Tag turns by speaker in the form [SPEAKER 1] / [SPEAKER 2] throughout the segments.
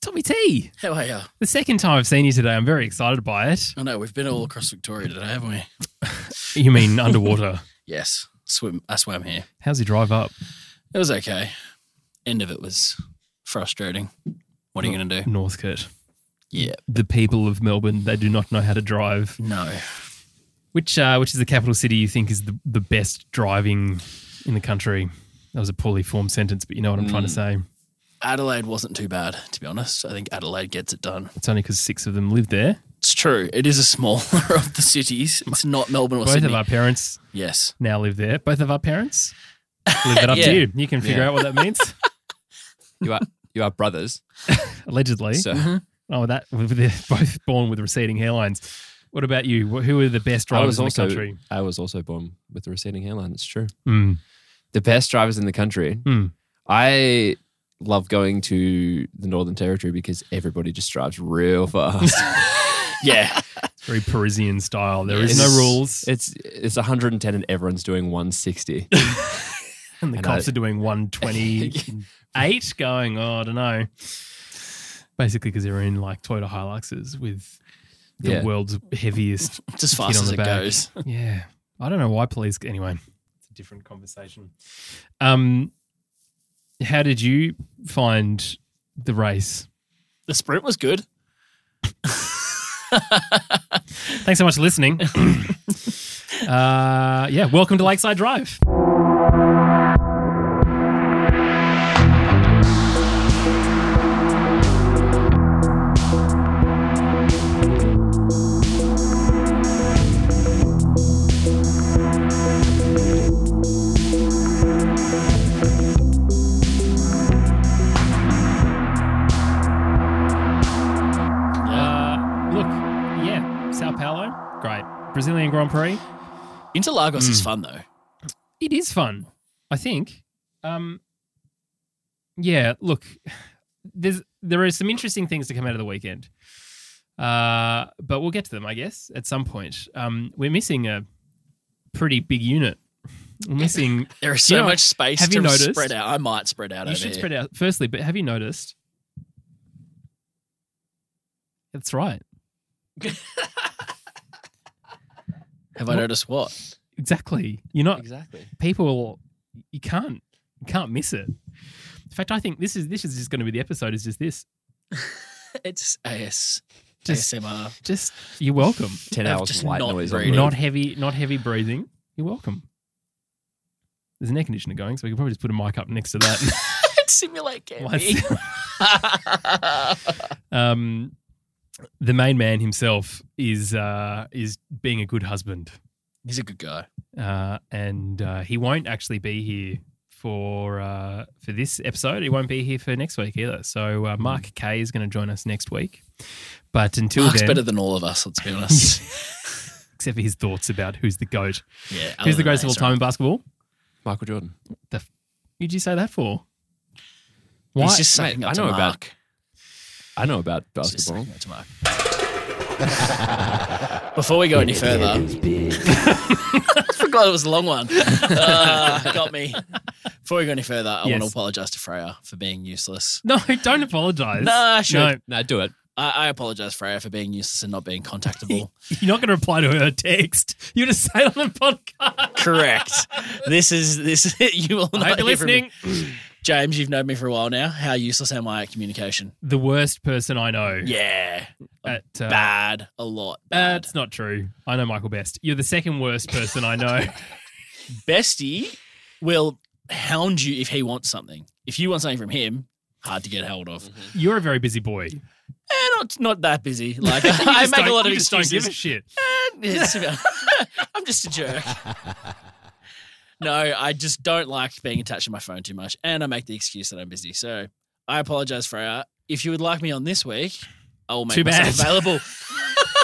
[SPEAKER 1] Tommy T.
[SPEAKER 2] How are you?
[SPEAKER 1] The second time I've seen you today, I'm very excited by it.
[SPEAKER 2] I know we've been all across Victoria today, haven't we?
[SPEAKER 1] You mean underwater?
[SPEAKER 2] Yes, swim. I swam here.
[SPEAKER 1] How's your drive up?
[SPEAKER 2] It was okay. End of it was frustrating. What are you going to do?
[SPEAKER 1] Northcote.
[SPEAKER 2] Yeah.
[SPEAKER 1] The people of Melbourne, they do not know how to drive.
[SPEAKER 2] No.
[SPEAKER 1] Which uh, which is the capital city you think is the, the best driving in the country? That was a poorly formed sentence, but you know what I'm trying to say.
[SPEAKER 2] Mm. Adelaide wasn't too bad, to be honest. I think Adelaide gets it done.
[SPEAKER 1] It's only because six of them live there.
[SPEAKER 2] It's true. It is a smaller of the cities. It's not Melbourne or
[SPEAKER 1] Both
[SPEAKER 2] Sydney.
[SPEAKER 1] of our parents
[SPEAKER 2] Yes.
[SPEAKER 1] now live there. Both of our parents live that up
[SPEAKER 2] Yeah.
[SPEAKER 1] to you. You can figure
[SPEAKER 3] Yeah.
[SPEAKER 1] out what that means.
[SPEAKER 3] You are you are brothers.
[SPEAKER 1] Allegedly.
[SPEAKER 3] So
[SPEAKER 1] Oh, that they're both born with receding hairlines. What about you? Wh- Who are the best
[SPEAKER 3] I
[SPEAKER 1] drivers
[SPEAKER 3] was
[SPEAKER 1] in the
[SPEAKER 3] also
[SPEAKER 1] country?
[SPEAKER 3] I was also born with a receding hairline. It's true.
[SPEAKER 1] Mm.
[SPEAKER 3] The best drivers in the country.
[SPEAKER 1] Hmm.
[SPEAKER 3] I love going to the Northern Territory because everybody just drives real fast.
[SPEAKER 2] Yeah.
[SPEAKER 1] Very Parisian style. There is
[SPEAKER 3] It's-
[SPEAKER 1] no rules,
[SPEAKER 3] It's it's 110 and everyone's doing 160.
[SPEAKER 1] and the
[SPEAKER 3] and
[SPEAKER 1] cops
[SPEAKER 3] I-
[SPEAKER 1] are doing one twenty-eight, going. Oh, I don't know. Basically, because they're in like Toyota Hiluxes with the
[SPEAKER 3] Yeah.
[SPEAKER 1] world's heaviest.
[SPEAKER 2] It's as
[SPEAKER 1] kid
[SPEAKER 2] fast
[SPEAKER 1] on
[SPEAKER 2] as
[SPEAKER 1] the
[SPEAKER 2] it
[SPEAKER 1] back.
[SPEAKER 2] goes.
[SPEAKER 1] Yeah, I don't know why police. Anyway, it's a different conversation. Um, how did you find the race?
[SPEAKER 2] The sprint was good.
[SPEAKER 1] Thanks so much for listening. uh, yeah, welcome to Lakeside Drive. Uh, look, yeah, Sao Paulo, great. Brazilian Grand Prix,
[SPEAKER 2] Interlagos
[SPEAKER 1] Hmm.
[SPEAKER 2] is fun, though.
[SPEAKER 1] it is fun, I think. Um, yeah, look, there's there are some interesting things to come out of the weekend, uh, but we'll get to them, I guess, at some point. Um, we're missing a pretty big unit. We're missing.
[SPEAKER 2] There is so
[SPEAKER 1] know,
[SPEAKER 2] much space
[SPEAKER 1] have
[SPEAKER 2] to
[SPEAKER 1] you noticed?
[SPEAKER 2] spread out. I might spread out
[SPEAKER 1] you
[SPEAKER 2] over
[SPEAKER 1] should
[SPEAKER 2] here.
[SPEAKER 1] spread out firstly, but have you noticed? That's right.
[SPEAKER 2] Have I noticed what?
[SPEAKER 1] Exactly. You're not
[SPEAKER 3] exactly.
[SPEAKER 1] people you can't you can't miss it. In fact, I think this is this is just going to be the episode. Is just this.
[SPEAKER 2] It's AS,
[SPEAKER 1] Just-
[SPEAKER 2] ASMR.
[SPEAKER 1] Just you're welcome.
[SPEAKER 3] 10
[SPEAKER 2] I've
[SPEAKER 3] hours
[SPEAKER 2] just
[SPEAKER 3] white
[SPEAKER 2] not
[SPEAKER 3] noise.
[SPEAKER 2] breathed.
[SPEAKER 3] on
[SPEAKER 1] Not heavy, not heavy breathing. You're welcome. There's an air conditioner going, so we can probably just put a mic up next to that.
[SPEAKER 2] Simulate
[SPEAKER 1] Once-
[SPEAKER 2] gaming.
[SPEAKER 1] um, the main man himself is uh, is being a good husband,
[SPEAKER 2] He's a good guy.
[SPEAKER 1] uh, and uh, he won't actually be here for uh, for this episode. He won't be here for next week either. So
[SPEAKER 2] Hmm.
[SPEAKER 1] uh, Mark K is going to join us next week. But until
[SPEAKER 2] Mark's
[SPEAKER 1] then,
[SPEAKER 2] better than all of us, let's be honest.
[SPEAKER 1] except for his thoughts about who's the goat.
[SPEAKER 2] yeah. other
[SPEAKER 1] Who's the
[SPEAKER 2] than
[SPEAKER 1] greatest of all
[SPEAKER 2] Ace,
[SPEAKER 1] time
[SPEAKER 2] right?
[SPEAKER 1] in basketball?
[SPEAKER 3] Michael Jordan.
[SPEAKER 1] The f- who'd you say that for? Why?
[SPEAKER 2] He's just sucking
[SPEAKER 3] Mate,
[SPEAKER 2] up
[SPEAKER 3] I
[SPEAKER 2] to
[SPEAKER 3] know
[SPEAKER 2] Mark.
[SPEAKER 3] about I know about
[SPEAKER 2] He's just
[SPEAKER 3] basketball.
[SPEAKER 2] sucking up to Mark. Before we go any further, I forgot it was a long one. Uh, got me. Before we go any further, I want to
[SPEAKER 1] Yes.
[SPEAKER 2] apologize to Freya for being useless.
[SPEAKER 1] no, don't apologise.
[SPEAKER 2] Nah, sure.
[SPEAKER 1] No,
[SPEAKER 3] No, do it.
[SPEAKER 2] I, I apologize, Freya, for being useless and not being contactable.
[SPEAKER 1] you're not going to reply to her text. You just say it on the podcast.
[SPEAKER 2] Correct. This is this. You will
[SPEAKER 1] I
[SPEAKER 2] not
[SPEAKER 1] hope
[SPEAKER 2] hear
[SPEAKER 1] you're
[SPEAKER 2] from me.
[SPEAKER 1] listening.
[SPEAKER 2] James, you've known me for a while now. How useless am I at communication?
[SPEAKER 1] The worst person I know.
[SPEAKER 2] Yeah,
[SPEAKER 1] At, uh,
[SPEAKER 2] bad, a lot. Bad.
[SPEAKER 1] That's not true. I know Michael Best. You're the second worst person I know.
[SPEAKER 2] Bestie will hound you if he wants something. If you want something from him, hard to get hold of.
[SPEAKER 1] You're a very busy boy. You
[SPEAKER 2] Eh, not not that busy. Like I
[SPEAKER 1] just
[SPEAKER 2] make a
[SPEAKER 1] don't-
[SPEAKER 2] lot of
[SPEAKER 1] you just Don't give a
[SPEAKER 2] excuses.
[SPEAKER 1] shit.
[SPEAKER 2] It's about- I'm just a jerk. No, I just don't like being attached to my phone too much, and I make the excuse that I'm busy. So I apologize, Freya. If you would like me on this week, I will make
[SPEAKER 1] Too
[SPEAKER 2] myself
[SPEAKER 1] bad.
[SPEAKER 2] available.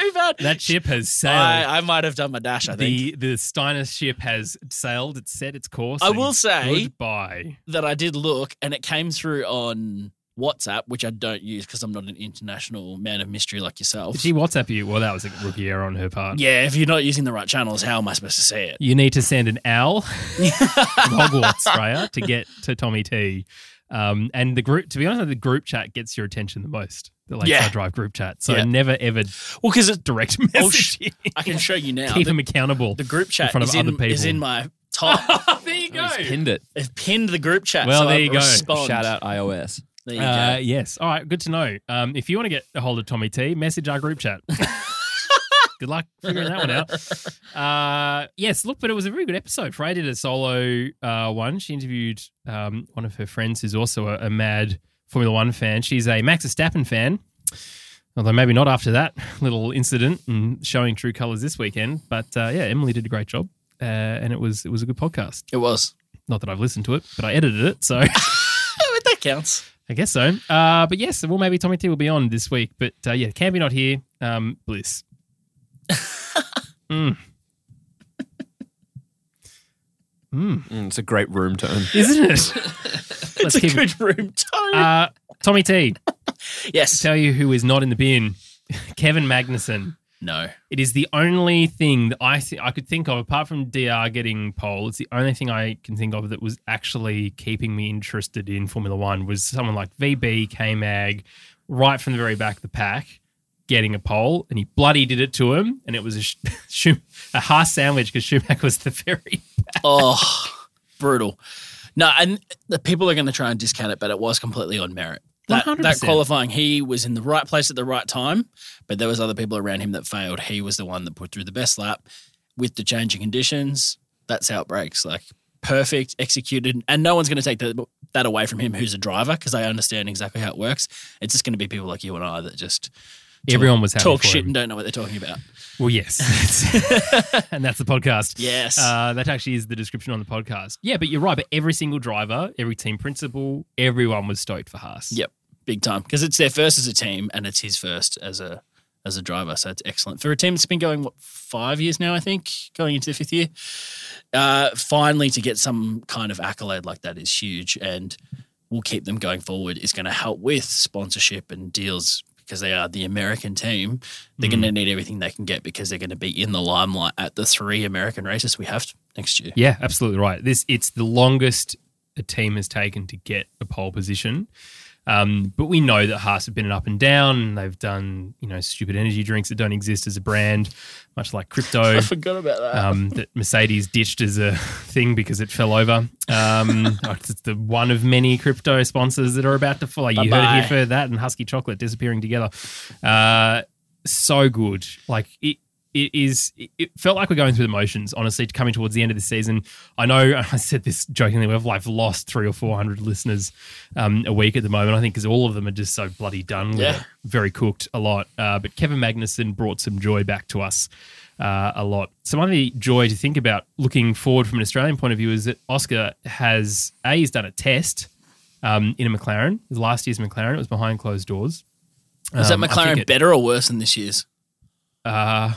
[SPEAKER 2] too bad.
[SPEAKER 1] That ship has sailed.
[SPEAKER 2] I, I might have done my dash. I think
[SPEAKER 1] the the Steiner ship has sailed. It's set its course.
[SPEAKER 2] I
[SPEAKER 1] and
[SPEAKER 2] will say-
[SPEAKER 1] goodbye.
[SPEAKER 2] that I did look, and it came through on WhatsApp, which I don't use because I'm not an international man of mystery like yourself.
[SPEAKER 1] Did she WhatsApp you? Well, that was a rookie error on her part.
[SPEAKER 2] Yeah, if you're not using the right channels, how am I supposed to see it?
[SPEAKER 1] You need to send an owl from Hogwarts, Freya, to get to Tommy T. Um, and the group, to be honest, the group chat gets your attention the most. The Lakeside
[SPEAKER 2] Yeah.
[SPEAKER 1] Drive group chat. So
[SPEAKER 2] Yeah.
[SPEAKER 1] never ever
[SPEAKER 2] Well, because
[SPEAKER 1] direct
[SPEAKER 2] Oh,
[SPEAKER 1] message.
[SPEAKER 2] sh- I can show you now.
[SPEAKER 1] Keep
[SPEAKER 2] The,
[SPEAKER 1] them accountable.
[SPEAKER 2] the group chat
[SPEAKER 1] front of
[SPEAKER 2] is,
[SPEAKER 1] other
[SPEAKER 2] in, is
[SPEAKER 1] people.
[SPEAKER 2] in my top.
[SPEAKER 1] there you
[SPEAKER 3] Oh, he's pinned it.
[SPEAKER 2] They've pinned the group chat.
[SPEAKER 1] Well,
[SPEAKER 2] so
[SPEAKER 1] there
[SPEAKER 2] I
[SPEAKER 1] you go.
[SPEAKER 2] Respond.
[SPEAKER 3] Shout out iOS.
[SPEAKER 2] There you
[SPEAKER 1] Uh,
[SPEAKER 2] go.
[SPEAKER 1] yes. All right. Good to know. Um, if you want to get a hold of Tommy T, message our group chat. good luck figuring that one out. Uh, yes. Look, but it was a very good episode. Frey did a solo uh, one. She interviewed um, one of her friends who's also a, a mad Formula One fan. She's a Max Verstappen fan. Although maybe not after that little incident and showing true colors this weekend, but uh, yeah, Emily did a great job, uh, and it was it was a good podcast.
[SPEAKER 2] It was.
[SPEAKER 1] Not that I've listened to it, but I edited it, so
[SPEAKER 2] Oh, but that counts.
[SPEAKER 1] I guess so. Uh, but yes, well, maybe Tommy T will be on this week. But uh, yeah, can be not here. Um, bliss. Mm. Mm.
[SPEAKER 3] Mm, it's a great room tone.
[SPEAKER 1] Isn't it? Let's
[SPEAKER 2] it's a
[SPEAKER 1] keep it-
[SPEAKER 2] good room tone.
[SPEAKER 1] Uh, Tommy T,
[SPEAKER 2] yes.
[SPEAKER 1] tell you who is not in the bin. Kevin Magnuson.
[SPEAKER 2] No.
[SPEAKER 1] It is the only thing that I th- I could think of, apart from DR getting pole. It's the only thing I can think of that was actually keeping me interested in Formula One was someone like VB, K Mag, right from the very back of the pack, getting a pole, and he bloody did it to him, and it was a sh- Schum- a Haas sandwich because Schumacher was the very
[SPEAKER 2] Oh, brutal. No, and the people are going to try and discount it, but it was completely on merit. That, that
[SPEAKER 1] 100%.
[SPEAKER 2] qualifying, he was in the right place at the right time, but there was other people around him that failed. He was the one that put through the best lap with the changing conditions. That's how it breaks. Like perfect, executed, and no one's going to take that that away from him. Who's a driver? Because I understand exactly how it works. It's just going to be people like you and I that just talk-
[SPEAKER 1] everyone was happy
[SPEAKER 2] talk
[SPEAKER 1] for
[SPEAKER 2] shit
[SPEAKER 1] him.
[SPEAKER 2] and don't know what they're talking about.
[SPEAKER 1] Well, yes, and that's the podcast.
[SPEAKER 2] Yes.
[SPEAKER 1] Uh, that actually is the description on the podcast. Yeah, but you're right. But every single driver, every team principal, everyone was stoked for Haas.
[SPEAKER 2] Yep. big time because it's their first as a team and it's his first as a as a driver. So it's excellent for a team that's been going what five years now, I think, going into the fifth year. Uh, finally, to get some kind of accolade like that is huge, and will keep them going forward. Is going to help with sponsorship and deals because they are the American team. They're going
[SPEAKER 1] Mm.
[SPEAKER 2] to need everything they can get because they're going to be in the limelight at the three American races we have next year.
[SPEAKER 1] Yeah, absolutely right. This it's the longest a team has taken to get a pole position. Um, but we know that Haas have been an up and down. and They've done, you know, stupid energy drinks that don't exist as a brand, much like crypto.
[SPEAKER 2] I forgot about that.
[SPEAKER 1] um, that Mercedes ditched as a thing because it fell over. Um, it's the one of many crypto sponsors that are about to fall. You heard it
[SPEAKER 2] Bye-bye.
[SPEAKER 1] here for that and Husky Chocolate disappearing together. Uh, so good. Like it, it is. It it felt like we're going through the motions. Honestly, coming towards the end of the season, I know I said this jokingly. We've like lost three or four hundred listeners um, a week at the moment. I think because all of them are just so bloody done with
[SPEAKER 2] Yeah.
[SPEAKER 1] it. Very cooked a lot. Uh, but Kevin Magnuson brought some joy back to us uh, a lot. Some other joy to think about looking forward from an Australian point of view is that Oscar has a he's done a test um, in a McLaren. His last year's McLaren it was behind closed doors.
[SPEAKER 2] Is
[SPEAKER 1] Um, I
[SPEAKER 2] that
[SPEAKER 1] think
[SPEAKER 2] McLaren
[SPEAKER 1] it-
[SPEAKER 2] better or worse than this year's?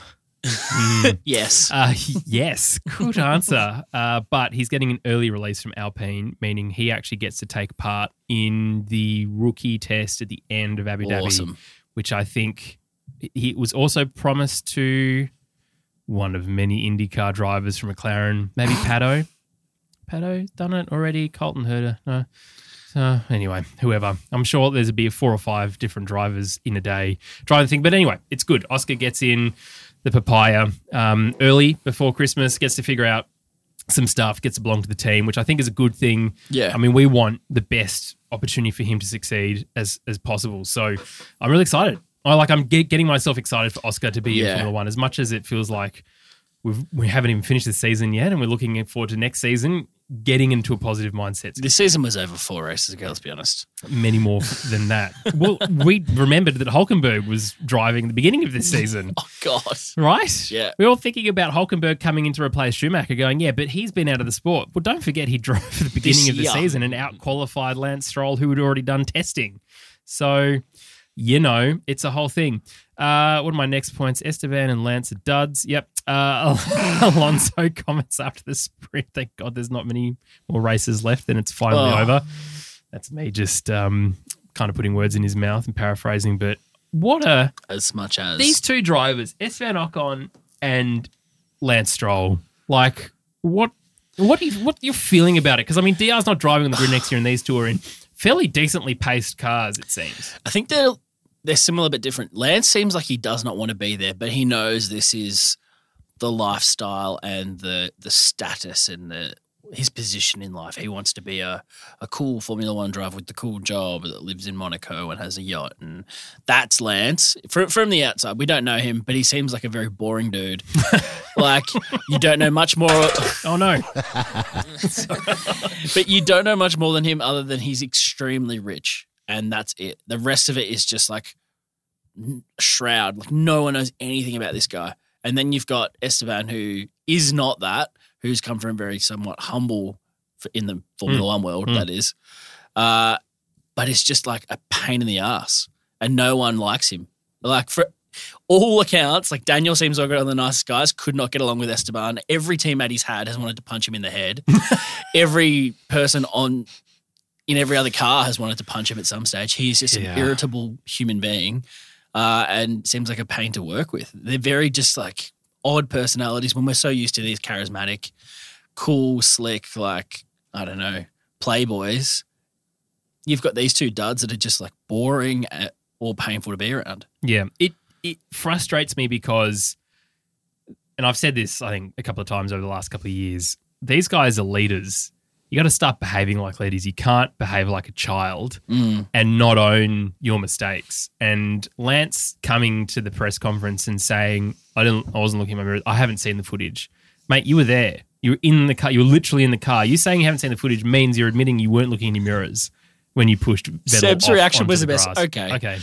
[SPEAKER 1] Uh, hmm.
[SPEAKER 2] Yes.
[SPEAKER 1] Uh, yes, good answer. Uh, but he's getting an early release from Alpine, meaning he actually gets to take part in the rookie test at the end of Abu Dhabi,
[SPEAKER 2] awesome.
[SPEAKER 1] which I think he was also promised to one of many IndyCar drivers from McLaren, maybe Pato. Pato done it already. Colton Herder, no. So anyway, whoever. I'm sure there's a be four or five different drivers in a day driving the thing. But anyway, it's good. Oscar gets in the papaya um, early before Christmas, gets to figure out some stuff, gets to belong to the team, which I think is a good thing.
[SPEAKER 2] Yeah.
[SPEAKER 1] I mean, we want the best opportunity for him to succeed as as possible. So I'm really excited. I like I'm get, getting myself excited for Oscar to be in
[SPEAKER 2] Yeah.
[SPEAKER 1] Formula One as much as it feels like we've, we haven't even finished the season yet, and we're looking forward to next season. Getting into a positive mindset
[SPEAKER 2] This season was over four races ago, let's be honest.
[SPEAKER 1] many more than that. well, we remembered that Hulkenberg was driving at the beginning of this season,
[SPEAKER 2] Oh, God.
[SPEAKER 1] right?
[SPEAKER 2] Yeah.
[SPEAKER 1] We're all thinking about Hulkenberg coming in to replace Schumacher, going, yeah, but he's been out of the sport. Well, don't forget he drove at the beginning of the
[SPEAKER 2] year.
[SPEAKER 1] season and out qualified Lance Stroll, who had already done testing. So, you know, it's a whole thing. Uh, one of my next points Esteban and Lance are duds. Yep. Uh, Alonso comments after the sprint. Thank God there's not many more races left, then it's finally
[SPEAKER 2] Oh.
[SPEAKER 1] over. That's me just um, kind of putting words in his mouth and paraphrasing, but what a
[SPEAKER 2] As much as.
[SPEAKER 1] these two drivers, Esteban Ocon and Lance Stroll, like what what do you, what you're feeling about it? Because I mean, DR's not driving on the grid next year, and these two are in fairly decently paced cars, it seems.
[SPEAKER 2] I think they're they're similar but different. Lance seems like he does not want to be there, but he knows this is the lifestyle and the the status and the his position in life. He wants to be a, a cool Formula One driver with the cool job that lives in Monaco and has a yacht. And that's Lance. From, from the outside, we don't know him, but he seems like a very boring dude. like, you don't know much more.
[SPEAKER 1] Oh no,
[SPEAKER 2] But you don't know much more than him other than he's extremely rich and that's it. The rest of it is just like n- shroud. Like no one knows anything about this guy. And then you've got Esteban who is not that, who's come from very somewhat humble f in the Formula One world,
[SPEAKER 1] Mm.
[SPEAKER 2] that is. Uh, but it's just like a pain in the ass and no one likes him. Like for all accounts, like Daniel seems like one of the nicest guys, could not get along with Esteban. Every teammate he's had has wanted to punch him in the head. every person on in every other car has wanted to punch him at some stage. He's just
[SPEAKER 1] Yeah.
[SPEAKER 2] an irritable human being, uh, and seems like a pain to work with. They're very just like odd personalities when we're so used to these charismatic, cool, slick, like I don't know, playboys. You've got these two duds that are just like boring uh, or painful to be around.
[SPEAKER 1] yeah, it it frustrates me because, and I've said this I think a couple of times over the last couple of years. These guys are leaders. You got to start behaving like leaders. You can't behave like a child.
[SPEAKER 2] Mm.
[SPEAKER 1] and not own your mistakes. And Lance coming to the press conference and saying, "I didn't, I wasn't looking at my mirror. I haven't seen the footage, mate. You were there. You were in the car. You were literally in the car. You saying you haven't seen the footage means you're admitting you weren't looking in your mirrors when you pushed." Vettel
[SPEAKER 2] Seb's
[SPEAKER 1] off
[SPEAKER 2] reaction
[SPEAKER 1] onto
[SPEAKER 2] was the best.
[SPEAKER 1] grass.
[SPEAKER 2] Okay.
[SPEAKER 1] okay.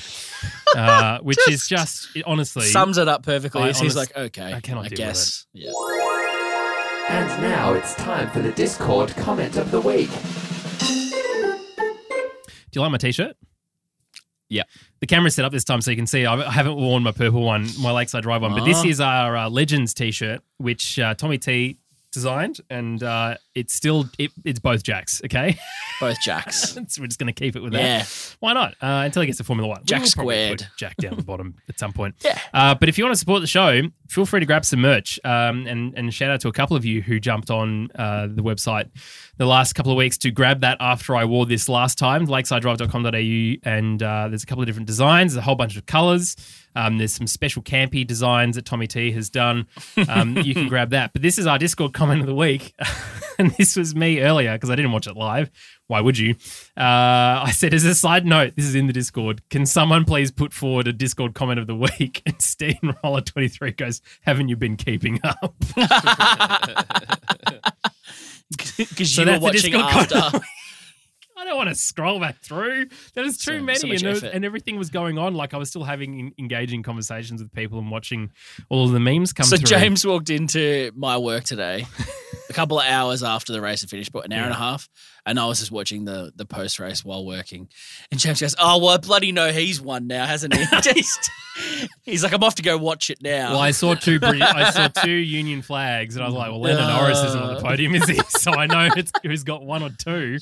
[SPEAKER 1] Uh, which is just it- honestly,
[SPEAKER 2] Sums it up perfectly.
[SPEAKER 1] I
[SPEAKER 2] He's he's
[SPEAKER 1] honest-
[SPEAKER 2] like, okay,
[SPEAKER 1] I
[SPEAKER 2] I,
[SPEAKER 1] cannot
[SPEAKER 2] cannot
[SPEAKER 1] deal with
[SPEAKER 2] guess. Yeah.
[SPEAKER 4] And now it's time for the Discord comment of the week.
[SPEAKER 1] do you like my t-shirt?
[SPEAKER 3] Yeah.
[SPEAKER 1] The camera's set up this time so you can see. I I haven't worn my purple one, my Lakeside Drive one, but this
[SPEAKER 2] Ah.
[SPEAKER 1] is our uh, Legends T-shirt, which uh, Tommy T designed, and uh, it's still it, it's both Jacks. Okay,
[SPEAKER 2] Both Jacks.
[SPEAKER 1] so we're just gonna keep it with that.
[SPEAKER 2] yeah.
[SPEAKER 1] Why not? Uh, until he gets to Formula One, We
[SPEAKER 2] Jack
[SPEAKER 1] will probably
[SPEAKER 2] squared.
[SPEAKER 1] put Jack down the bottom at some point.
[SPEAKER 2] Yeah.
[SPEAKER 1] Uh, but if you want to support the show, feel free to grab some merch. Um, and and shout out to a couple of you who jumped on uh, the website the last couple of weeks to grab that after I wore this last time, lakesidedrive.com.au. And uh, there's a couple of different designs, a whole bunch of colors. Um, there's some special campy designs that Tommy T has done. Um, you can grab that. But this is our Discord comment of the week. and this was me earlier because I didn't watch it live. Why would you? Uh, I said, as a side note, this is in the Discord. Can someone please put forward a Discord comment of the week? And Steamroller23 goes, Haven't you been keeping up?
[SPEAKER 2] Because
[SPEAKER 1] So
[SPEAKER 2] you were
[SPEAKER 1] that's the
[SPEAKER 2] watching
[SPEAKER 1] Discord
[SPEAKER 2] after.
[SPEAKER 1] content. I don't want to scroll back through. There was too
[SPEAKER 2] So-
[SPEAKER 1] many,
[SPEAKER 2] so
[SPEAKER 1] and,
[SPEAKER 2] much
[SPEAKER 1] there was-
[SPEAKER 2] effort.
[SPEAKER 1] and everything was going on. Like I was still having en- engaging conversations with people and watching all of the memes come
[SPEAKER 2] so
[SPEAKER 1] through.
[SPEAKER 2] James walked into my work today, a couple of hours after the race had finished, but an hour and a half, and I was just watching the the post race while working. And James goes, "Oh well, I bloody know he's won now, hasn't he?" Just- he's like, "I'm off to go watch it now."
[SPEAKER 1] Well, I saw two. Brit- I saw two Union flags, and I was like, "Well, Lennon Norris isn't on the
[SPEAKER 2] Uh.
[SPEAKER 1] podium, is he?" So I know it's, who's got one or two.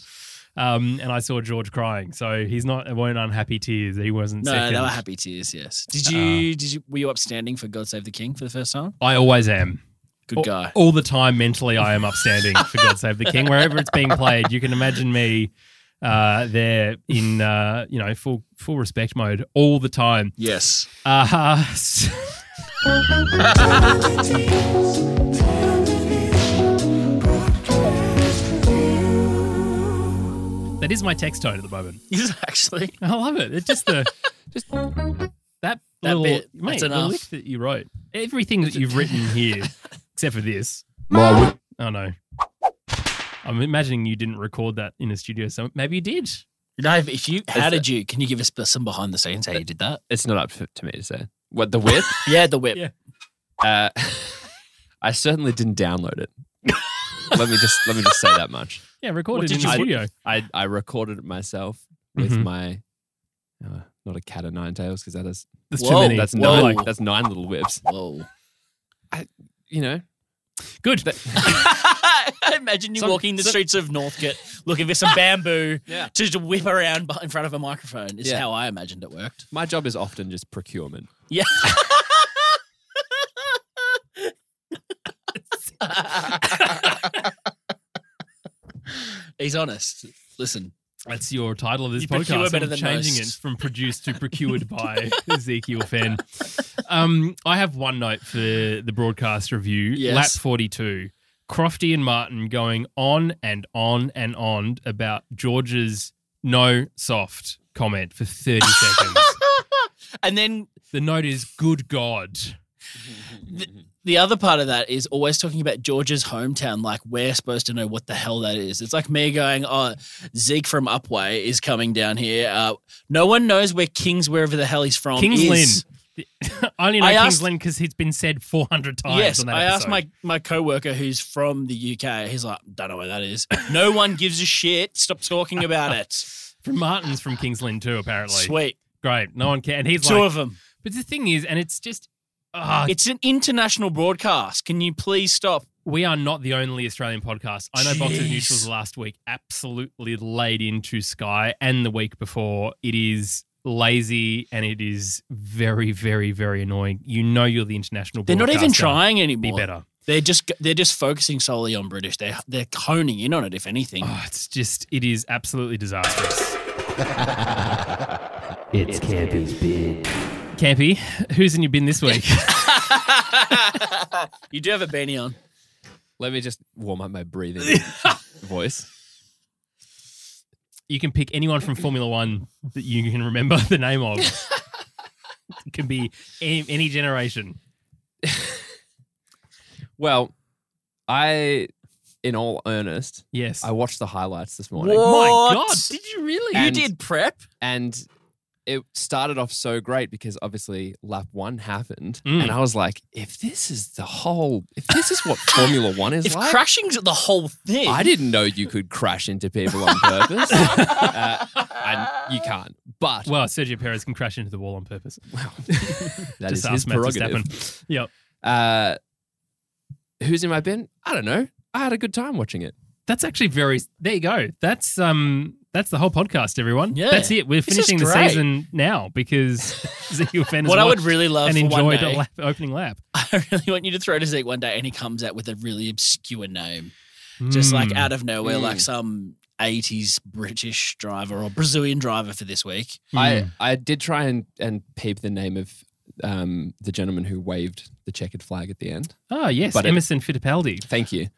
[SPEAKER 1] Um, and I saw George crying, so he's not. It weren't unhappy tears. He wasn't.
[SPEAKER 2] no,
[SPEAKER 1] second.
[SPEAKER 2] they were happy tears. Yes. Did you? did you? Were you upstanding for God Save the King for the first time?
[SPEAKER 1] I always am.
[SPEAKER 2] Good
[SPEAKER 1] Al-
[SPEAKER 2] guy.
[SPEAKER 1] All the time, mentally, I am upstanding for God Save the King. Wherever it's being played, you can imagine me uh, there in uh, you know full full respect mode all the time.
[SPEAKER 2] Yes.
[SPEAKER 1] Uh, so- that is my text tone at the moment.
[SPEAKER 2] He's actually.
[SPEAKER 1] I love it. It's just the just that, little
[SPEAKER 2] bit,
[SPEAKER 1] mate,
[SPEAKER 2] that's
[SPEAKER 1] the
[SPEAKER 2] enough.
[SPEAKER 1] lick that you wrote. Everything that you've written here, except for this. Oh no. I'm imagining you didn't record that in a studio. So maybe you did.
[SPEAKER 2] No, if- if you, how
[SPEAKER 3] that-
[SPEAKER 2] did you? Can you give us some behind the scenes how you did that?
[SPEAKER 3] It's not up to to me to say. What the whip?
[SPEAKER 2] Yeah, the whip.
[SPEAKER 1] Yeah.
[SPEAKER 3] uh, I certainly didn't download it. let me just let me just say that much.
[SPEAKER 1] Yeah, recorded
[SPEAKER 2] did
[SPEAKER 1] in
[SPEAKER 2] you
[SPEAKER 1] the
[SPEAKER 3] do?
[SPEAKER 1] studio.
[SPEAKER 3] I I recorded it myself with
[SPEAKER 2] Mm-hmm.
[SPEAKER 1] Mhm.
[SPEAKER 3] my uh, not a cat of nine tails because that is
[SPEAKER 1] That's
[SPEAKER 2] Whoa.
[SPEAKER 1] too many.
[SPEAKER 3] that's
[SPEAKER 2] Whoa.
[SPEAKER 3] nine that's nine little whips.
[SPEAKER 2] Whoa.
[SPEAKER 3] You know,
[SPEAKER 1] Good.
[SPEAKER 2] Imagine you
[SPEAKER 3] Some-
[SPEAKER 2] walking the
[SPEAKER 3] some-
[SPEAKER 2] streets of Northcote looking for some bamboo
[SPEAKER 3] Yeah.
[SPEAKER 2] to, to whip around beh- in front of a microphone, is
[SPEAKER 3] Yeah.
[SPEAKER 2] how I imagined it worked.
[SPEAKER 3] my job is often just procurement.
[SPEAKER 2] Yeah. He's honest. Listen,
[SPEAKER 1] That's your title of this
[SPEAKER 2] You procure
[SPEAKER 1] podcast.
[SPEAKER 2] better
[SPEAKER 1] I'm
[SPEAKER 2] than
[SPEAKER 1] changing
[SPEAKER 2] most.
[SPEAKER 1] it from produced to procured by Ezekiel Fenn. Um, I have one note for the broadcast review.
[SPEAKER 2] Yes.
[SPEAKER 1] Lap 42. Crofty and Martin going on and on and on about George's no soft comment for 30 seconds.
[SPEAKER 2] and then
[SPEAKER 1] The note is good God.
[SPEAKER 2] the other part of that is always talking about George's hometown, like we're supposed to know what the hell that is. It's like me going, "Oh, Zeke from Upway is coming down here." Uh, no one knows where Kings, wherever the hell he's from,
[SPEAKER 1] Kings
[SPEAKER 2] is.
[SPEAKER 1] Lynn. I only know
[SPEAKER 2] I
[SPEAKER 1] Kings
[SPEAKER 2] asked-
[SPEAKER 1] Lynn because it's been said 400 times
[SPEAKER 2] Yes,
[SPEAKER 1] on that
[SPEAKER 2] I
[SPEAKER 1] episode.
[SPEAKER 2] asked my my coworker who's from the UK. He's like, "Don't know where that is." no one gives a shit. Stop talking about it.
[SPEAKER 1] From Martin's from Kings Lynn too, apparently.
[SPEAKER 2] Sweet,
[SPEAKER 1] Great. No one cares. And he's
[SPEAKER 2] two
[SPEAKER 1] like,
[SPEAKER 2] of them.
[SPEAKER 1] but the thing is, and it's just, ah,
[SPEAKER 2] It's an international broadcast. Can you please stop?
[SPEAKER 1] we are not the only Australian podcast. I know Box of
[SPEAKER 2] Jeez.
[SPEAKER 1] Neutrals last week absolutely laid into Sky and the week before. It is lazy and it is very, very, very annoying. You know you're the international
[SPEAKER 2] They're not even
[SPEAKER 1] broadcaster.
[SPEAKER 2] trying
[SPEAKER 1] Be
[SPEAKER 2] anymore.
[SPEAKER 1] better.
[SPEAKER 2] They're just they're just focusing solely on British. They are they're honing in on it, if anything.
[SPEAKER 1] Oh, it's just, it is absolutely disastrous.
[SPEAKER 4] It's Campy's bin.
[SPEAKER 1] Campy, who's in your bin this week?
[SPEAKER 2] you do have a beanie on.
[SPEAKER 3] Let me just warm up my breathing voice.
[SPEAKER 1] you can pick anyone from Formula One that you can remember the name of. it can be any, any generation.
[SPEAKER 3] Well, I, in all earnest,
[SPEAKER 1] Yes.
[SPEAKER 3] I watched the highlights this morning,
[SPEAKER 1] My
[SPEAKER 2] What?
[SPEAKER 1] God, did you really?
[SPEAKER 3] And-
[SPEAKER 2] you did prep.
[SPEAKER 3] and it started off so great because obviously lap one happened,
[SPEAKER 1] Mm.
[SPEAKER 3] and I was like, if this is the whole, if this is what Formula One is
[SPEAKER 2] If
[SPEAKER 3] like,
[SPEAKER 2] crashing's the whole thing,
[SPEAKER 3] I didn't know you could crash into people on purpose. uh, and you can't, but
[SPEAKER 1] Well, Sergio Perez can crash into the wall on purpose.
[SPEAKER 3] Well, that
[SPEAKER 1] Just
[SPEAKER 3] is
[SPEAKER 1] ask
[SPEAKER 3] his
[SPEAKER 1] Max
[SPEAKER 3] prerogative.
[SPEAKER 1] Yep.
[SPEAKER 3] Uh, who's in my bin? I don't know. I had a good time watching it.
[SPEAKER 1] That's actually very. There you go. That's um. That's the whole podcast, everyone.
[SPEAKER 2] Yeah.
[SPEAKER 1] That's it. We're
[SPEAKER 2] is
[SPEAKER 1] finishing the
[SPEAKER 2] great.
[SPEAKER 1] season now because Ezekiel Fenn has
[SPEAKER 2] What I would
[SPEAKER 1] watched
[SPEAKER 2] really love
[SPEAKER 1] and
[SPEAKER 2] for one
[SPEAKER 1] enjoyed
[SPEAKER 2] day,
[SPEAKER 1] the lap, opening lap.
[SPEAKER 2] I really want you to throw to Zeke one day, and he comes out with a really obscure name, just like
[SPEAKER 1] Mm.
[SPEAKER 2] out of nowhere,
[SPEAKER 3] Mm.
[SPEAKER 2] like some '80s British driver or Brazilian driver for this week.
[SPEAKER 1] Mm.
[SPEAKER 3] I, I did try and, and peep the name of um, the gentleman who waved the checkered flag at the end.
[SPEAKER 1] Oh yes,
[SPEAKER 3] But it-
[SPEAKER 1] Emerson Fittipaldi.
[SPEAKER 3] Thank you.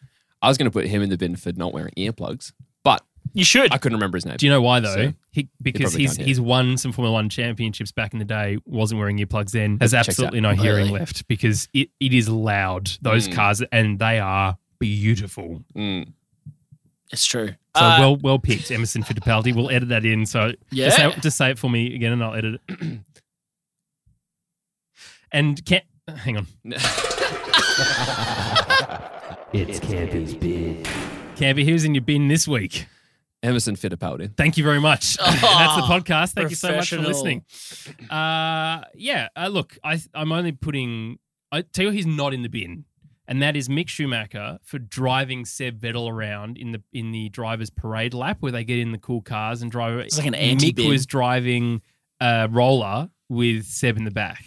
[SPEAKER 3] I was going to put him in the bin for not wearing earplugs, but
[SPEAKER 2] You should.
[SPEAKER 3] I couldn't remember his name.
[SPEAKER 1] Do you know why though?
[SPEAKER 3] So,
[SPEAKER 1] he, because
[SPEAKER 3] probably
[SPEAKER 1] he's
[SPEAKER 3] can't hear.
[SPEAKER 1] he's won some Formula One championships back in the day. Wasn't wearing earplugs then. Has
[SPEAKER 3] Checks out.
[SPEAKER 1] absolutely no hearing
[SPEAKER 2] Really?
[SPEAKER 1] left because it, it is loud. Those
[SPEAKER 2] Hmm.
[SPEAKER 3] Mm.
[SPEAKER 1] cars and they are beautiful.
[SPEAKER 3] Mm.
[SPEAKER 2] it's true.
[SPEAKER 1] So
[SPEAKER 2] Uh,
[SPEAKER 1] well well picked, Emerson Fittipaldi. We'll edit that in. So
[SPEAKER 2] yeah.
[SPEAKER 1] just, say, just say it for me again, and I'll edit it. and can hang on,
[SPEAKER 4] It's Campy's bin.
[SPEAKER 1] Canby, who's in your bin this week?
[SPEAKER 3] Emerson Fittipaldi.
[SPEAKER 1] Thank you very much. And that's the
[SPEAKER 2] Oh,
[SPEAKER 1] podcast. Thank you so much for
[SPEAKER 2] professional.
[SPEAKER 1] listening. Uh, yeah, uh, look, I, I'm only putting. I tell you, he's not in the bin, and that is Mick Schumacher for driving Seb Vettel around in the in the drivers' parade lap where they get in the cool cars and drive.
[SPEAKER 2] It's like an
[SPEAKER 1] Mick
[SPEAKER 2] anti-bin.
[SPEAKER 1] was driving a roller with Seb in the back.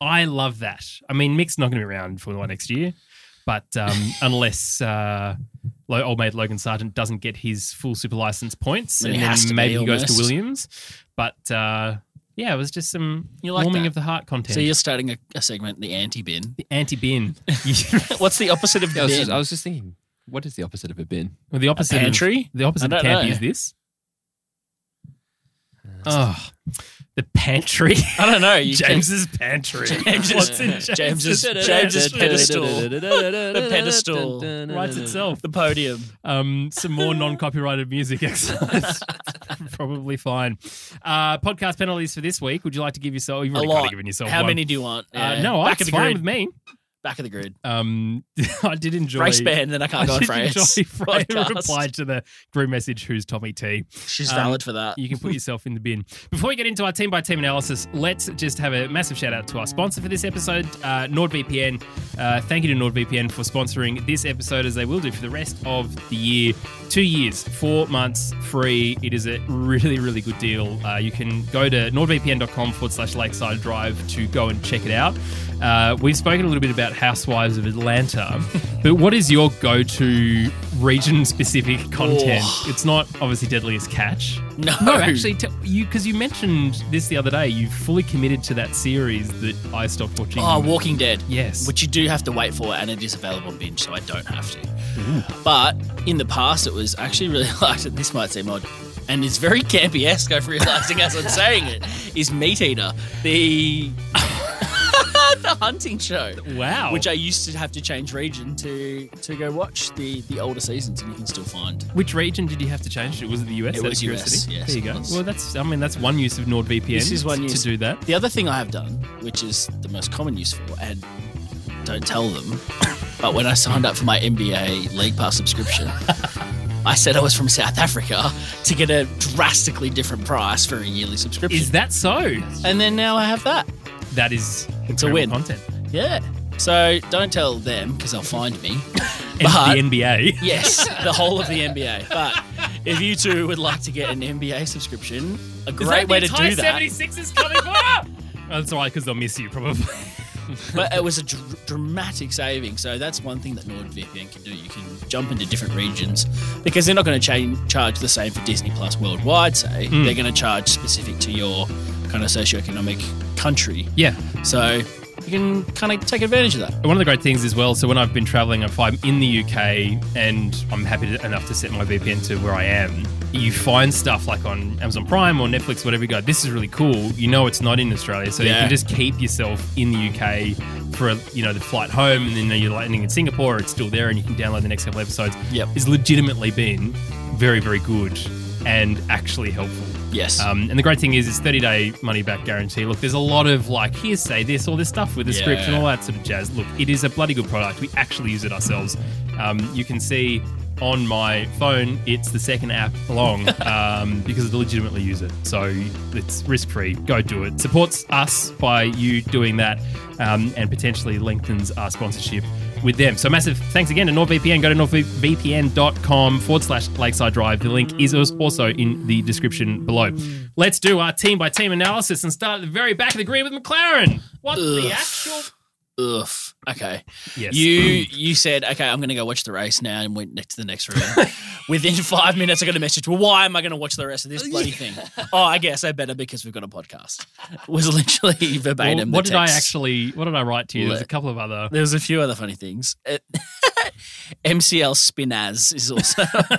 [SPEAKER 1] I love that. I mean, Mick's not going to be around for one next year, but um, unless. Uh, Lo- old mate Logan Sargent doesn't get his full super license points,
[SPEAKER 2] Then
[SPEAKER 1] and
[SPEAKER 2] he
[SPEAKER 1] then
[SPEAKER 2] has to be
[SPEAKER 1] maybe he goes to
[SPEAKER 2] almost.
[SPEAKER 1] Williams. But uh, yeah, it was just some
[SPEAKER 2] You like
[SPEAKER 1] warming
[SPEAKER 2] that?
[SPEAKER 1] of the heart content.
[SPEAKER 2] So you're starting a, a segment, the anti bin.
[SPEAKER 1] the anti bin,
[SPEAKER 2] What's the opposite of
[SPEAKER 3] I was,
[SPEAKER 2] bin?
[SPEAKER 3] just, I was just thinking, what is the opposite of a bin?
[SPEAKER 1] well, the opposite of,
[SPEAKER 2] pantry?
[SPEAKER 1] the opposite
[SPEAKER 2] I
[SPEAKER 1] of
[SPEAKER 2] don't
[SPEAKER 1] campy
[SPEAKER 2] know.
[SPEAKER 1] is this.
[SPEAKER 2] Uh,
[SPEAKER 1] Oh, the pantry,
[SPEAKER 2] I don't know. You can-
[SPEAKER 1] James's pantry.
[SPEAKER 2] James's-
[SPEAKER 1] What's in
[SPEAKER 2] James's-
[SPEAKER 1] James's
[SPEAKER 2] James's
[SPEAKER 1] pedestal
[SPEAKER 2] pedestal. The pedestal.
[SPEAKER 1] writes itself.
[SPEAKER 2] the podium.
[SPEAKER 1] Um, some more non-copyrighted music exercise, probably fine. Uh, podcast penalties for this week. Would you like to give yourself? You've
[SPEAKER 2] A
[SPEAKER 1] already kind
[SPEAKER 2] lot.
[SPEAKER 1] of given yourself
[SPEAKER 2] How
[SPEAKER 1] one.
[SPEAKER 2] many do you want?
[SPEAKER 1] Uh,
[SPEAKER 2] Yeah.
[SPEAKER 1] no,
[SPEAKER 2] back
[SPEAKER 1] that's
[SPEAKER 2] of the
[SPEAKER 1] fine
[SPEAKER 2] grid.
[SPEAKER 1] with me.
[SPEAKER 2] Back of the grid.
[SPEAKER 1] Um, I did enjoy.
[SPEAKER 2] Race band, then I
[SPEAKER 1] I
[SPEAKER 2] can't go on
[SPEAKER 1] did
[SPEAKER 2] phrase.
[SPEAKER 1] enjoy Frey
[SPEAKER 2] podcast.
[SPEAKER 1] replied to the group message. Who's Tommy T?
[SPEAKER 2] She's
[SPEAKER 1] Um,
[SPEAKER 2] valid for that.
[SPEAKER 1] You can put yourself in the bin. Before we get into our team by team analysis, let's just have a massive shout out to our sponsor for this episode, uh, NordVPN. Uh, thank you to NordVPN for sponsoring this episode, as they will do for the rest of the year. Two years, four months free. It is a really, really good deal. Uh, you can go to nordvpn.com forward slash lakeside drive to go and check it out. Uh, we've spoken a little bit about Housewives of Atlanta. but what is your go to region specific content?
[SPEAKER 2] Oh.
[SPEAKER 1] It's not obviously Deadliest Catch.
[SPEAKER 2] No,
[SPEAKER 1] No, actually, t- you because you mentioned this the other day. You fully committed to that series that I stopped watching.
[SPEAKER 2] Oh, Walking Dead.
[SPEAKER 1] yes.
[SPEAKER 2] Which you do have to wait for, and it is available on binge, so I don't have to. But in the past, it was I actually really liked it. This might seem odd, and it's very campy esque. I've realizing as I'm saying it is Meat Eater, the the hunting show,
[SPEAKER 1] wow.
[SPEAKER 2] which I used to have to change region to to go watch the the older seasons, and you can still find.
[SPEAKER 1] Which region did you have to change to? Was it the US?
[SPEAKER 2] It
[SPEAKER 1] out of
[SPEAKER 2] was US,
[SPEAKER 1] curiosity?
[SPEAKER 2] yes,
[SPEAKER 1] There you
[SPEAKER 2] it
[SPEAKER 1] go.
[SPEAKER 2] was.
[SPEAKER 1] Well, that's I mean that's one use of NordVPN.
[SPEAKER 2] This is one
[SPEAKER 1] to
[SPEAKER 2] use.
[SPEAKER 1] do that.
[SPEAKER 2] The other thing I have done, which is the most common use for, and don't tell them, but when I signed up for my NBA League Pass subscription, I said I was from South Africa to get a drastically different price for a yearly subscription.
[SPEAKER 1] Is that so?
[SPEAKER 2] and then now I have that.
[SPEAKER 1] That is
[SPEAKER 2] a
[SPEAKER 1] incredible
[SPEAKER 2] win.
[SPEAKER 1] content.
[SPEAKER 2] Yeah. So don't tell them because they'll find me.
[SPEAKER 1] And
[SPEAKER 2] But-
[SPEAKER 1] the NBA.
[SPEAKER 2] Yes, the whole of the NBA. But if you two would like to get an NBA subscription, a great way to do that.
[SPEAKER 1] 76 is coming for. That's all right, because they'll miss you probably.
[SPEAKER 2] but it was a dr- dramatic saving. So that's one thing that NordVPN can do. You can jump into different regions because they're not going to cha- charge the same for Disney Plus worldwide. Say
[SPEAKER 1] Mm.
[SPEAKER 2] they're going to charge specific to your kind of socioeconomic country.
[SPEAKER 1] yeah.
[SPEAKER 2] So you can kind of take advantage of that.
[SPEAKER 1] One of the great things as well, so when I've been traveling, if I'm in the UK and I'm happy to, enough to set my VPN to where I am, you find stuff like on Amazon Prime or Netflix, whatever you go, this is really cool. You know it's not in Australia, so you
[SPEAKER 2] Yeah.
[SPEAKER 1] can just keep yourself in the UK for, you know, the flight home and then you're landing in Singapore, it's still there and you can download the next couple episodes.
[SPEAKER 2] Yep.
[SPEAKER 1] It's legitimately been very, very good and actually helpful.
[SPEAKER 2] Yes.
[SPEAKER 1] Um, and the great thing is, it's 30 day money back guarantee. Look, there's a lot of like, here's say this, all this stuff with the script and
[SPEAKER 2] Yeah.
[SPEAKER 1] all that sort of jazz. Look, it is a bloody good product. We actually use it ourselves. Um, you can see on my phone, it's the second app along um, because I legitimately use it. So it's risk free. Go do it. Supports us by you doing that um, and potentially lengthens our sponsorship with them. So massive thanks again to NordVPN. Go to nordvpn.com forward slash Lakeside Drive. The link is also in the description below. Let's do our team by team analysis and start at the very back of the grid with McLaren. What the
[SPEAKER 2] Ugh.
[SPEAKER 1] actual?
[SPEAKER 2] Ugh. Okay.
[SPEAKER 1] Yes. Mm.
[SPEAKER 2] You you said okay, I'm gonna go watch the race now, and went next to the next room. Within five minutes, I got a message. Well, why am I gonna watch the rest of this bloody thing? Oh, I guess I better because we've got a podcast. Was literally
[SPEAKER 1] Well,
[SPEAKER 2] verbatim. the
[SPEAKER 1] what did I
[SPEAKER 2] text.
[SPEAKER 1] actually? What did I write to you? There's a
[SPEAKER 2] Let-
[SPEAKER 1] couple of other.
[SPEAKER 2] There was a few other funny things. Uh, MCL Spinaz is also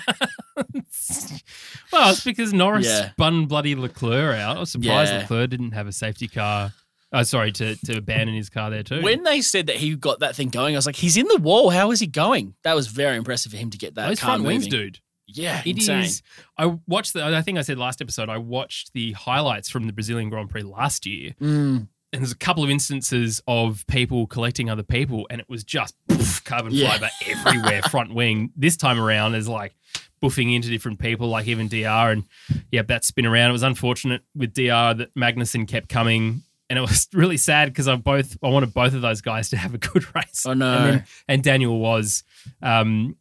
[SPEAKER 1] Well, it's because Norris
[SPEAKER 2] Yeah.
[SPEAKER 1] spun bloody Leclerc out. I was surprised
[SPEAKER 2] Yeah.
[SPEAKER 1] Leclerc didn't have a safety car. Oh, sorry, to, to abandon his car there too.
[SPEAKER 2] when they said that he got that thing going. I was like, he's in the wall. How is he going? That was very impressive for him to get that.
[SPEAKER 1] those
[SPEAKER 2] car
[SPEAKER 1] Oh, front wings,
[SPEAKER 2] moving.
[SPEAKER 1] dude.
[SPEAKER 2] Yeah,
[SPEAKER 1] It is.
[SPEAKER 2] insane.
[SPEAKER 1] I watched the. I think I said last episode. I watched the highlights from the Brazilian Grand Prix last year,
[SPEAKER 2] Mm,
[SPEAKER 1] and there's a couple of instances of people collecting other people, and it was just poof, carbon
[SPEAKER 2] Yeah.
[SPEAKER 1] fiber everywhere. front wing. This time around is like buffing into different people, like even Dr. And yeah, that spin around. It was unfortunate with Dr. that Magnussen kept coming, and it was really sad because I both I wanted both of those guys to have a good race.
[SPEAKER 2] Oh, no.
[SPEAKER 1] And, and Daniel was. Um,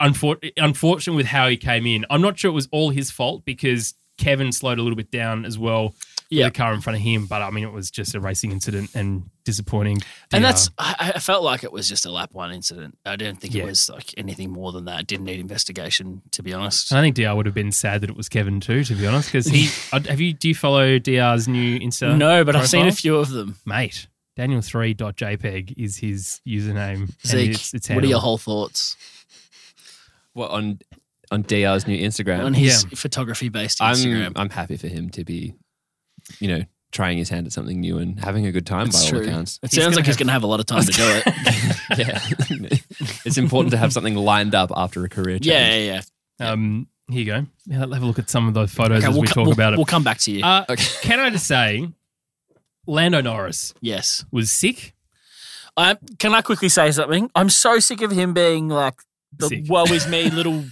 [SPEAKER 1] unfor- unfortunate with how he came in. I'm not sure it was all his fault because Kevin slowed a little bit down as well
[SPEAKER 2] Yeah.
[SPEAKER 1] with the car in front of him. But I mean, it was just a racing incident and disappointing.
[SPEAKER 2] And
[SPEAKER 1] Yeah.
[SPEAKER 2] that's I, I felt like it was just a lap one incident. I didn't think
[SPEAKER 1] Yeah.
[SPEAKER 2] it was like anything more than that. Didn't need investigation, to be honest.
[SPEAKER 1] And I think Dr would have been sad that it was Kevin too, to be honest. Because he I- have you do you follow Dr's new Insta?
[SPEAKER 2] no, but I've seen a
[SPEAKER 1] profile?
[SPEAKER 2] few of them.
[SPEAKER 1] mate. Daniel3.jpg E is his username. and
[SPEAKER 2] Zeke,
[SPEAKER 1] it's, it's
[SPEAKER 2] what are
[SPEAKER 1] handle.
[SPEAKER 2] your whole thoughts
[SPEAKER 3] What on on DR's new Instagram?
[SPEAKER 2] on his photography-based Instagram?
[SPEAKER 3] I'm I'm happy for him to be, you know, trying his hand at something new and having a good time
[SPEAKER 2] It's
[SPEAKER 3] by all
[SPEAKER 2] true.
[SPEAKER 3] accounts.
[SPEAKER 2] it
[SPEAKER 1] He's gonna
[SPEAKER 2] sounds like he's
[SPEAKER 1] have-
[SPEAKER 2] going to have a lot of time to do it.
[SPEAKER 3] yeah, it's important to have something lined up after a career change.
[SPEAKER 2] yeah, yeah, yeah.
[SPEAKER 1] Um, here you go. Yeah, have a look at some of those photos
[SPEAKER 2] Okay,
[SPEAKER 1] as we
[SPEAKER 2] co-
[SPEAKER 1] talk about it.
[SPEAKER 2] We'll come back to you.
[SPEAKER 1] Uh,
[SPEAKER 3] Okay.
[SPEAKER 1] Can I just say, Lando Norris
[SPEAKER 2] yes.
[SPEAKER 1] was sick.
[SPEAKER 2] I, can I quickly say something? I'm so sick of him being like the
[SPEAKER 1] Sick.
[SPEAKER 2] woe is me little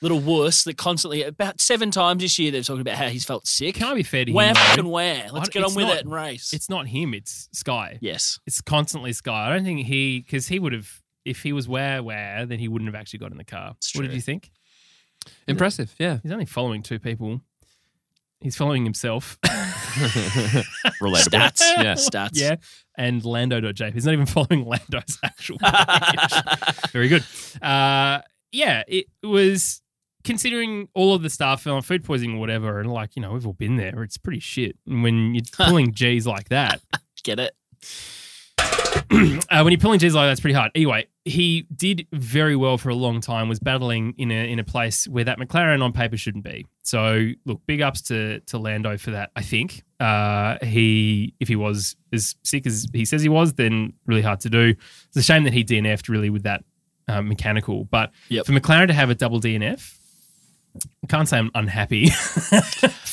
[SPEAKER 2] little wuss that constantly about seven times this year they've talked about how he's felt sick.
[SPEAKER 1] Can I be fair to
[SPEAKER 2] where
[SPEAKER 1] him?
[SPEAKER 2] fucking
[SPEAKER 1] though?
[SPEAKER 2] where? Let's
[SPEAKER 1] I-
[SPEAKER 2] get on
[SPEAKER 1] it's
[SPEAKER 2] with
[SPEAKER 1] not-
[SPEAKER 2] it and race.
[SPEAKER 1] It's not him. It's Sky.
[SPEAKER 2] yes.
[SPEAKER 1] It's constantly Sky. I don't think he because he would have if he was where where then he wouldn't have actually got in the car.
[SPEAKER 2] It's
[SPEAKER 1] what did
[SPEAKER 2] true.
[SPEAKER 1] you think?
[SPEAKER 3] Impressive. Yeah,
[SPEAKER 1] He's only following two people. He's following himself.
[SPEAKER 3] Relatable.
[SPEAKER 2] Stats.
[SPEAKER 3] Yeah.
[SPEAKER 2] Stats.
[SPEAKER 1] yeah. And Lando.jp. He's not even following Lando's actual page. Very good. Uh, yeah, it was considering all of the stuff on food poisoning or whatever, and like, you know, we've all been there. It's pretty shit. And when you're pulling G's like that,
[SPEAKER 2] Get it?
[SPEAKER 1] uh, when you're pulling G's like that's pretty hard. Anyway, he did very well for a long time. Was battling in a in a place where that McLaren on paper shouldn't be. So look, big ups to to Lando for that. I think uh, he if he was as sick as he says he was, then really hard to do. It's a shame that he DNF'd really with that uh, mechanical. But
[SPEAKER 2] Yep.
[SPEAKER 1] for McLaren to have a double DNF. I can't say I'm unhappy.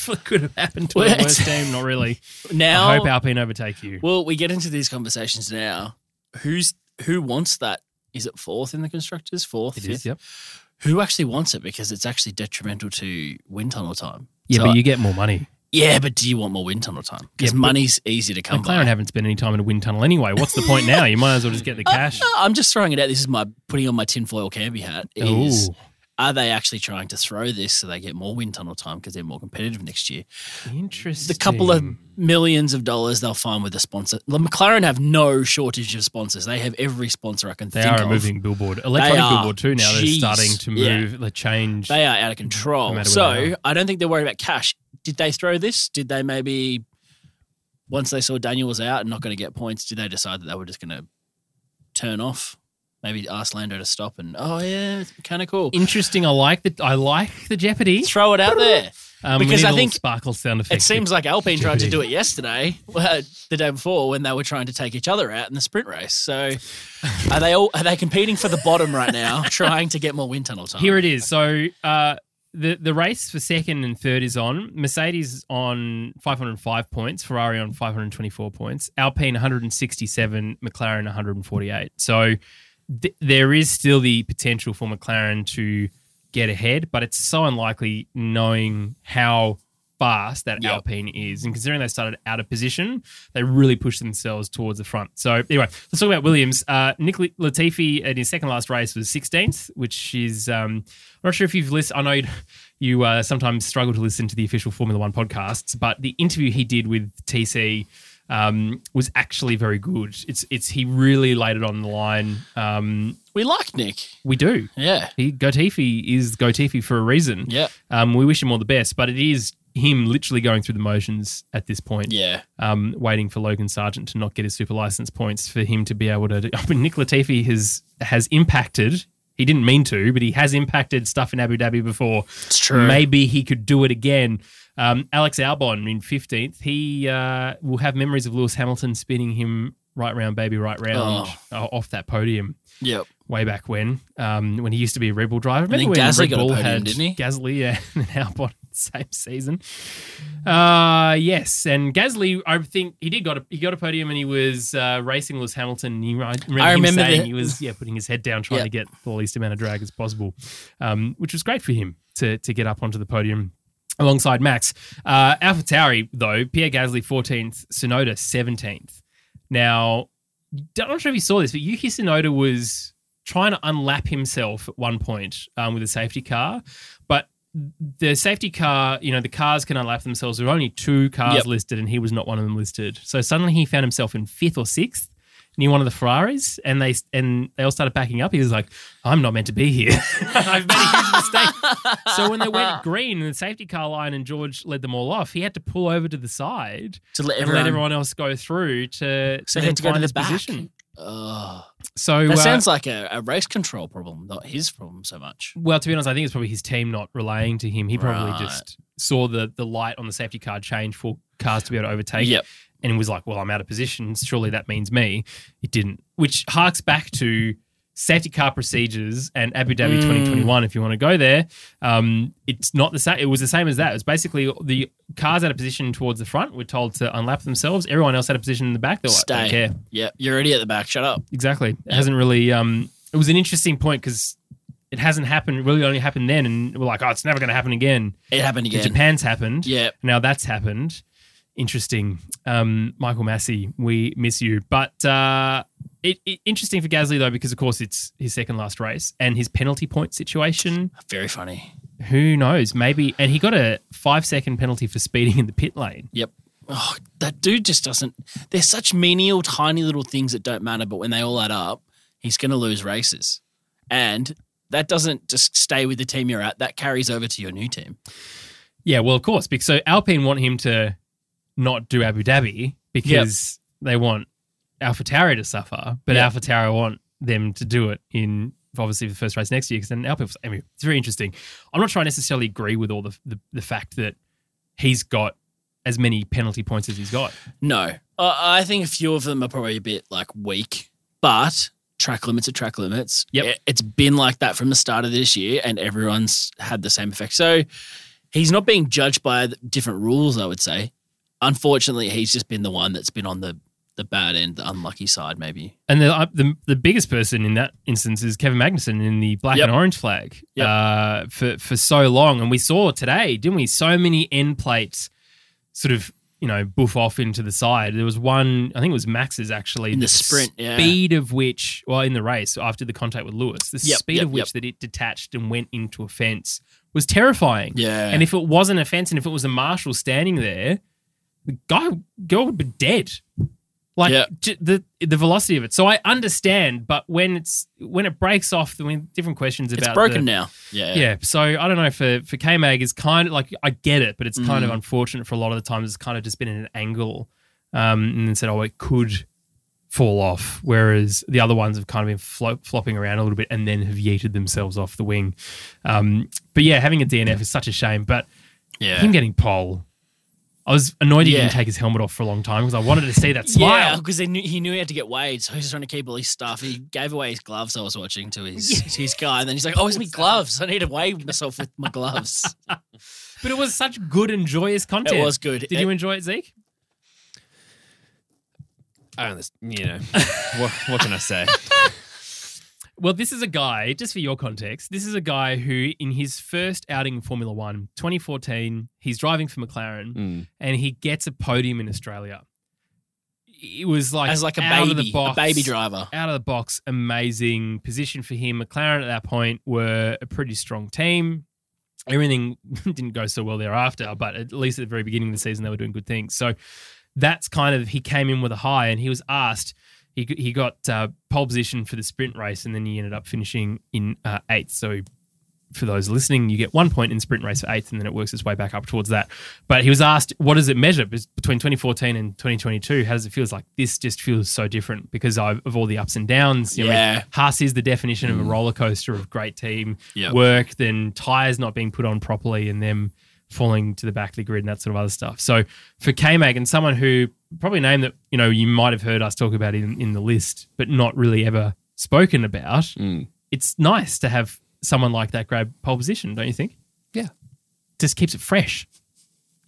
[SPEAKER 1] what could have happened to a
[SPEAKER 2] Well,
[SPEAKER 1] worse
[SPEAKER 2] it's-
[SPEAKER 1] team? Not really.
[SPEAKER 2] Now,
[SPEAKER 1] I hope Alpine overtake you.
[SPEAKER 2] well, we get into these conversations now. Who's who wants that? Is it fourth in the constructors? Fourth,
[SPEAKER 1] It
[SPEAKER 2] fifth?
[SPEAKER 1] is, yep.
[SPEAKER 2] Who actually wants it? Because it's actually detrimental to wind tunnel time.
[SPEAKER 1] Yeah,
[SPEAKER 2] So-
[SPEAKER 1] but you get more money.
[SPEAKER 2] Yeah, but do you want more wind tunnel time?
[SPEAKER 1] Yeah,
[SPEAKER 2] Because
[SPEAKER 1] but-
[SPEAKER 2] money's easy to come
[SPEAKER 1] McLaren
[SPEAKER 2] by.
[SPEAKER 1] haven't spent any time in a wind tunnel anyway. What's the point now? You might as well just get the cash.
[SPEAKER 2] Uh, I'm just throwing it out. This is my putting on my tinfoil canby hat. Is
[SPEAKER 1] Ooh,
[SPEAKER 2] are they actually trying to throw this so they get more wind tunnel time because they're more competitive next year?
[SPEAKER 1] interesting.
[SPEAKER 2] The couple of millions of dollars they'll find with a sponsor. The McLaren have no shortage of sponsors. They have every sponsor I can
[SPEAKER 1] they
[SPEAKER 2] think
[SPEAKER 1] are
[SPEAKER 2] of.
[SPEAKER 1] moving billboard, electronic
[SPEAKER 2] are.
[SPEAKER 1] billboard too. Now
[SPEAKER 2] Jeez.
[SPEAKER 1] they're starting to
[SPEAKER 2] Yeah.
[SPEAKER 1] move, they change.
[SPEAKER 2] They are out of control.
[SPEAKER 1] No matter where they
[SPEAKER 2] so I don't think they're worried about cash. Did they throw this? Did they maybe once they saw Daniel was out and not going to get points, did they decide that they were just going to turn off? Maybe ask Lando to stop and oh yeah, it's kind of cool.
[SPEAKER 1] interesting. I like the I like the jeopardy.
[SPEAKER 2] Throw it out there.
[SPEAKER 1] Um,
[SPEAKER 2] Because
[SPEAKER 1] we need
[SPEAKER 2] I
[SPEAKER 1] a little
[SPEAKER 2] think
[SPEAKER 1] sparkle sound effect.
[SPEAKER 2] It seems like Alpine tried to
[SPEAKER 1] Jeopardy.
[SPEAKER 2] do it yesterday, well, the day before, when they were trying to take each other out in the sprint race. So, are they all are they competing for the bottom right now, trying to get more wind tunnel time?
[SPEAKER 1] Here it is. So uh, the the race for second and third is on. Mercedes on 505 points, Ferrari on 524 points, Alpine 167, McLaren 148. So th- there is still the potential for McLaren to get ahead, but it's so unlikely knowing how fast that
[SPEAKER 2] Yep.
[SPEAKER 1] Alpine is. And considering they started out of position, they really pushed themselves towards the front. So anyway, let's talk about Williams. Uh, Nick Li- Latifi in his second last race was 16th, which is um, I'm not sure if you've listened. I know you- you uh, sometimes struggle to listen to the official Formula One podcasts, but the interview he did with TC um, was actually very good. It's it's he really laid it on the line. Um,
[SPEAKER 2] we like Nick.
[SPEAKER 1] we do.
[SPEAKER 2] Yeah,
[SPEAKER 1] He Gotifi is Gotifi for a reason.
[SPEAKER 2] yeah,
[SPEAKER 1] Um, we wish him all the best, but it is him literally going through the motions at this point,
[SPEAKER 2] yeah.
[SPEAKER 1] um, waiting for Logan Sargent to not get his super license points for him to be able to. I mean, Nick Latifi has has impacted. He didn't mean to, but he has impacted stuff in Abu Dhabi before.
[SPEAKER 2] It's true.
[SPEAKER 1] Maybe he could do it again. Um, Alex Albon in fifteenth. He uh, will have memories of Lewis Hamilton spinning him right round, baby, right round
[SPEAKER 2] Oh.
[SPEAKER 1] uh, off that podium
[SPEAKER 2] Yep.
[SPEAKER 1] way back when, um, when he used to be a Red Bull driver. Remember
[SPEAKER 2] think
[SPEAKER 1] when
[SPEAKER 2] Gasly
[SPEAKER 1] Red
[SPEAKER 2] got a
[SPEAKER 1] Bull
[SPEAKER 2] podium,
[SPEAKER 1] had
[SPEAKER 2] didn't he?
[SPEAKER 1] Gasly, yeah, and Albon same season. Uh, yes, and Gasly, I think he did got a, he got a podium and he was uh, racing Lewis Hamilton. And he, I remember,
[SPEAKER 2] I
[SPEAKER 1] him
[SPEAKER 2] remember
[SPEAKER 1] saying
[SPEAKER 2] the-
[SPEAKER 1] he was yeah putting his head down trying
[SPEAKER 2] Yeah.
[SPEAKER 1] to get the least amount of drag as possible, um, which was great for him to to get up onto the podium. Alongside Max, uh, AlphaTauri though Pierre Gasly 14th, Sonoda 17th. Now, I'm not sure if you saw this, but Yuki Tsunoda was trying to unlap himself at one point um, with a safety car, but the safety car, you know, the cars can unlap themselves. There were only two cars
[SPEAKER 2] Yep.
[SPEAKER 1] listed, and he was not one of them listed. So suddenly he found himself in fifth or sixth near one of the Ferraris, and they and they all started backing up. He was like, "I'm not meant to be here. I've made a huge mistake." so when they went green in the safety car line, and George led them all off, he had to pull over to the side
[SPEAKER 2] to let
[SPEAKER 1] and
[SPEAKER 2] everyone.
[SPEAKER 1] let everyone else go through to
[SPEAKER 2] so
[SPEAKER 1] then
[SPEAKER 2] they had to go
[SPEAKER 1] find
[SPEAKER 2] to the
[SPEAKER 1] his
[SPEAKER 2] back.
[SPEAKER 1] position.
[SPEAKER 2] Oh,
[SPEAKER 1] So
[SPEAKER 2] that
[SPEAKER 1] uh,
[SPEAKER 2] sounds like a, a race control problem, not his problem so much.
[SPEAKER 1] well. To be honest, I think it's probably his team not relaying to him. He probably
[SPEAKER 2] Right.
[SPEAKER 1] just saw the the light on the safety car change for cars to be able to overtake.
[SPEAKER 2] Yep.
[SPEAKER 1] and was like, "Well, I'm out of position. Surely that means me." It didn't, which harks back to safety car procedures and Abu Dhabi
[SPEAKER 2] Mm.
[SPEAKER 1] 2021. If you want to go there, um, it's not the same. It was the same as that. It was basically the cars out of position towards the front were told to unlap themselves. Everyone else out of position in the back. They're like, "Don't
[SPEAKER 2] Stay.
[SPEAKER 1] care."
[SPEAKER 2] Yep. You're already at the back. Shut up.
[SPEAKER 1] Exactly. It hasn't really. Um, it was an interesting point because it hasn't happened. it Really, only happened then, and we're like, oh, it's never going to happen again.
[SPEAKER 2] It happened
[SPEAKER 1] But
[SPEAKER 2] again.
[SPEAKER 1] Japan's happened.
[SPEAKER 2] Yeah.
[SPEAKER 1] Now that's happened. Interesting. Um, Michael Massey, we miss you. But uh, it, it interesting for Gasly though because of course it's his second last race and his penalty point situation
[SPEAKER 2] Very funny.
[SPEAKER 1] who knows? Maybe. And he got a five second penalty for speeding in the pit lane.
[SPEAKER 2] Yep. Oh, that dude just doesn't. They're such menial, tiny little things that don't matter, but when they all add up, he's going to lose races. And that doesn't just stay with the team you're at, that carries over to your new team.
[SPEAKER 1] Yeah, well, of course, because so Alpine want him to not do Abu Dhabi because they want AlphaTauri to suffer, but
[SPEAKER 2] Yep.
[SPEAKER 1] AlphaTauri want them to do it in obviously the first race next year. Because then Alpine, was- I mean, it's very interesting. I'm not trying to necessarily agree with all the, the the fact that he's got as many penalty points as he's got.
[SPEAKER 2] No, I I think a few of them are probably a bit like weak, but track limits are track limits.
[SPEAKER 1] Yep.
[SPEAKER 2] It, it's been like that from the start of this year, and everyone's had the same effect. So he's not being judged by the different rules, I would say. Unfortunately, he's just been the one that's been on the, the bad end, the unlucky side, maybe.
[SPEAKER 1] And the, uh, the the biggest person in that instance is Kevin Magnussen in the black
[SPEAKER 2] Yep.
[SPEAKER 1] and orange flag
[SPEAKER 2] Yep.
[SPEAKER 1] uh, for for so long, and we saw today, didn't we? So many end plates sort of you know boof off into the side. There was one, I think it was Max's actually
[SPEAKER 2] In the sprint, yeah.
[SPEAKER 1] speed of which, well, in the race after the contact with Lewis, the
[SPEAKER 2] Yep,
[SPEAKER 1] speed
[SPEAKER 2] yep,
[SPEAKER 1] of which
[SPEAKER 2] yep.
[SPEAKER 1] that it detached and went into a fence was terrifying.
[SPEAKER 2] Yeah.
[SPEAKER 1] And if it wasn't a fence, and if it was a marshal standing there, the guy girl would be dead. Like
[SPEAKER 2] Yeah.
[SPEAKER 1] j- the the velocity of it. So I understand, but when it's when it breaks off, there were different questions about
[SPEAKER 2] it's broken
[SPEAKER 1] the-
[SPEAKER 2] now. Yeah.
[SPEAKER 1] Yeah. So I don't know for for K Mag is kind of like I get it, but it's kind of
[SPEAKER 2] Mm.
[SPEAKER 1] unfortunate for a lot of the times. It's kind of just been in an angle, um, and then said, oh, it could fall off. Whereas the other ones have kind of been flo- flopping around a little bit and then have yeeted themselves off the wing. Um, but yeah, having a DNF is such a shame. But
[SPEAKER 2] Yeah.
[SPEAKER 1] him getting pole. I was annoyed he
[SPEAKER 2] Yeah.
[SPEAKER 1] didn't take his helmet off for a long time because I wanted to see that smile.
[SPEAKER 2] because he knew, he knew he had to get weighed, so he was trying to keep all his stuff. He gave away his gloves. I was watching to his his guy, and then he's like, "Oh, it's my gloves. I need to weigh myself with my gloves."
[SPEAKER 1] But it was such good and joyous content.
[SPEAKER 2] it was good.
[SPEAKER 1] Did you enjoy it, Zeke?
[SPEAKER 3] I don't, you know, what, what can I say?
[SPEAKER 1] Well, this is a guy, just for your context, this is a guy who, in his first outing in Formula One, 2014, he's driving for McLaren
[SPEAKER 3] Mm.
[SPEAKER 1] and he gets a podium in Australia. It was like,
[SPEAKER 2] as like a
[SPEAKER 1] out
[SPEAKER 2] baby,
[SPEAKER 1] of the box,
[SPEAKER 2] a baby driver?
[SPEAKER 1] out of the box, amazing position for him. McLaren at that point were a pretty strong team. Everything didn't go so well thereafter, but at least at the very beginning of the season, they were doing good things. So that's kind of he came in with a high, and he was asked. He g- he got uh, pole position for the sprint race, and then he ended up finishing in uh, eighth. So for those listening, you get one point in sprint race for eighth, and then it works its way back up towards that. But he was asked, what does it measure Bes- between 2014 and 2022? How does it feel? It's like this just feels so different because I- of all the ups and downs. You know,
[SPEAKER 2] Yeah.
[SPEAKER 1] Haas is the definition of a roller coaster of great team
[SPEAKER 2] Yep.
[SPEAKER 1] work, then tires not being put on properly, and them falling to the back of the grid and that sort of other stuff. So for K Mag and someone who probably a name that you know you might have heard us talk about in, in the list, but not really ever spoken about
[SPEAKER 3] Mm.
[SPEAKER 1] it's nice to have someone like that grab pole position, don't you think?
[SPEAKER 3] Yeah.
[SPEAKER 1] Just keeps it fresh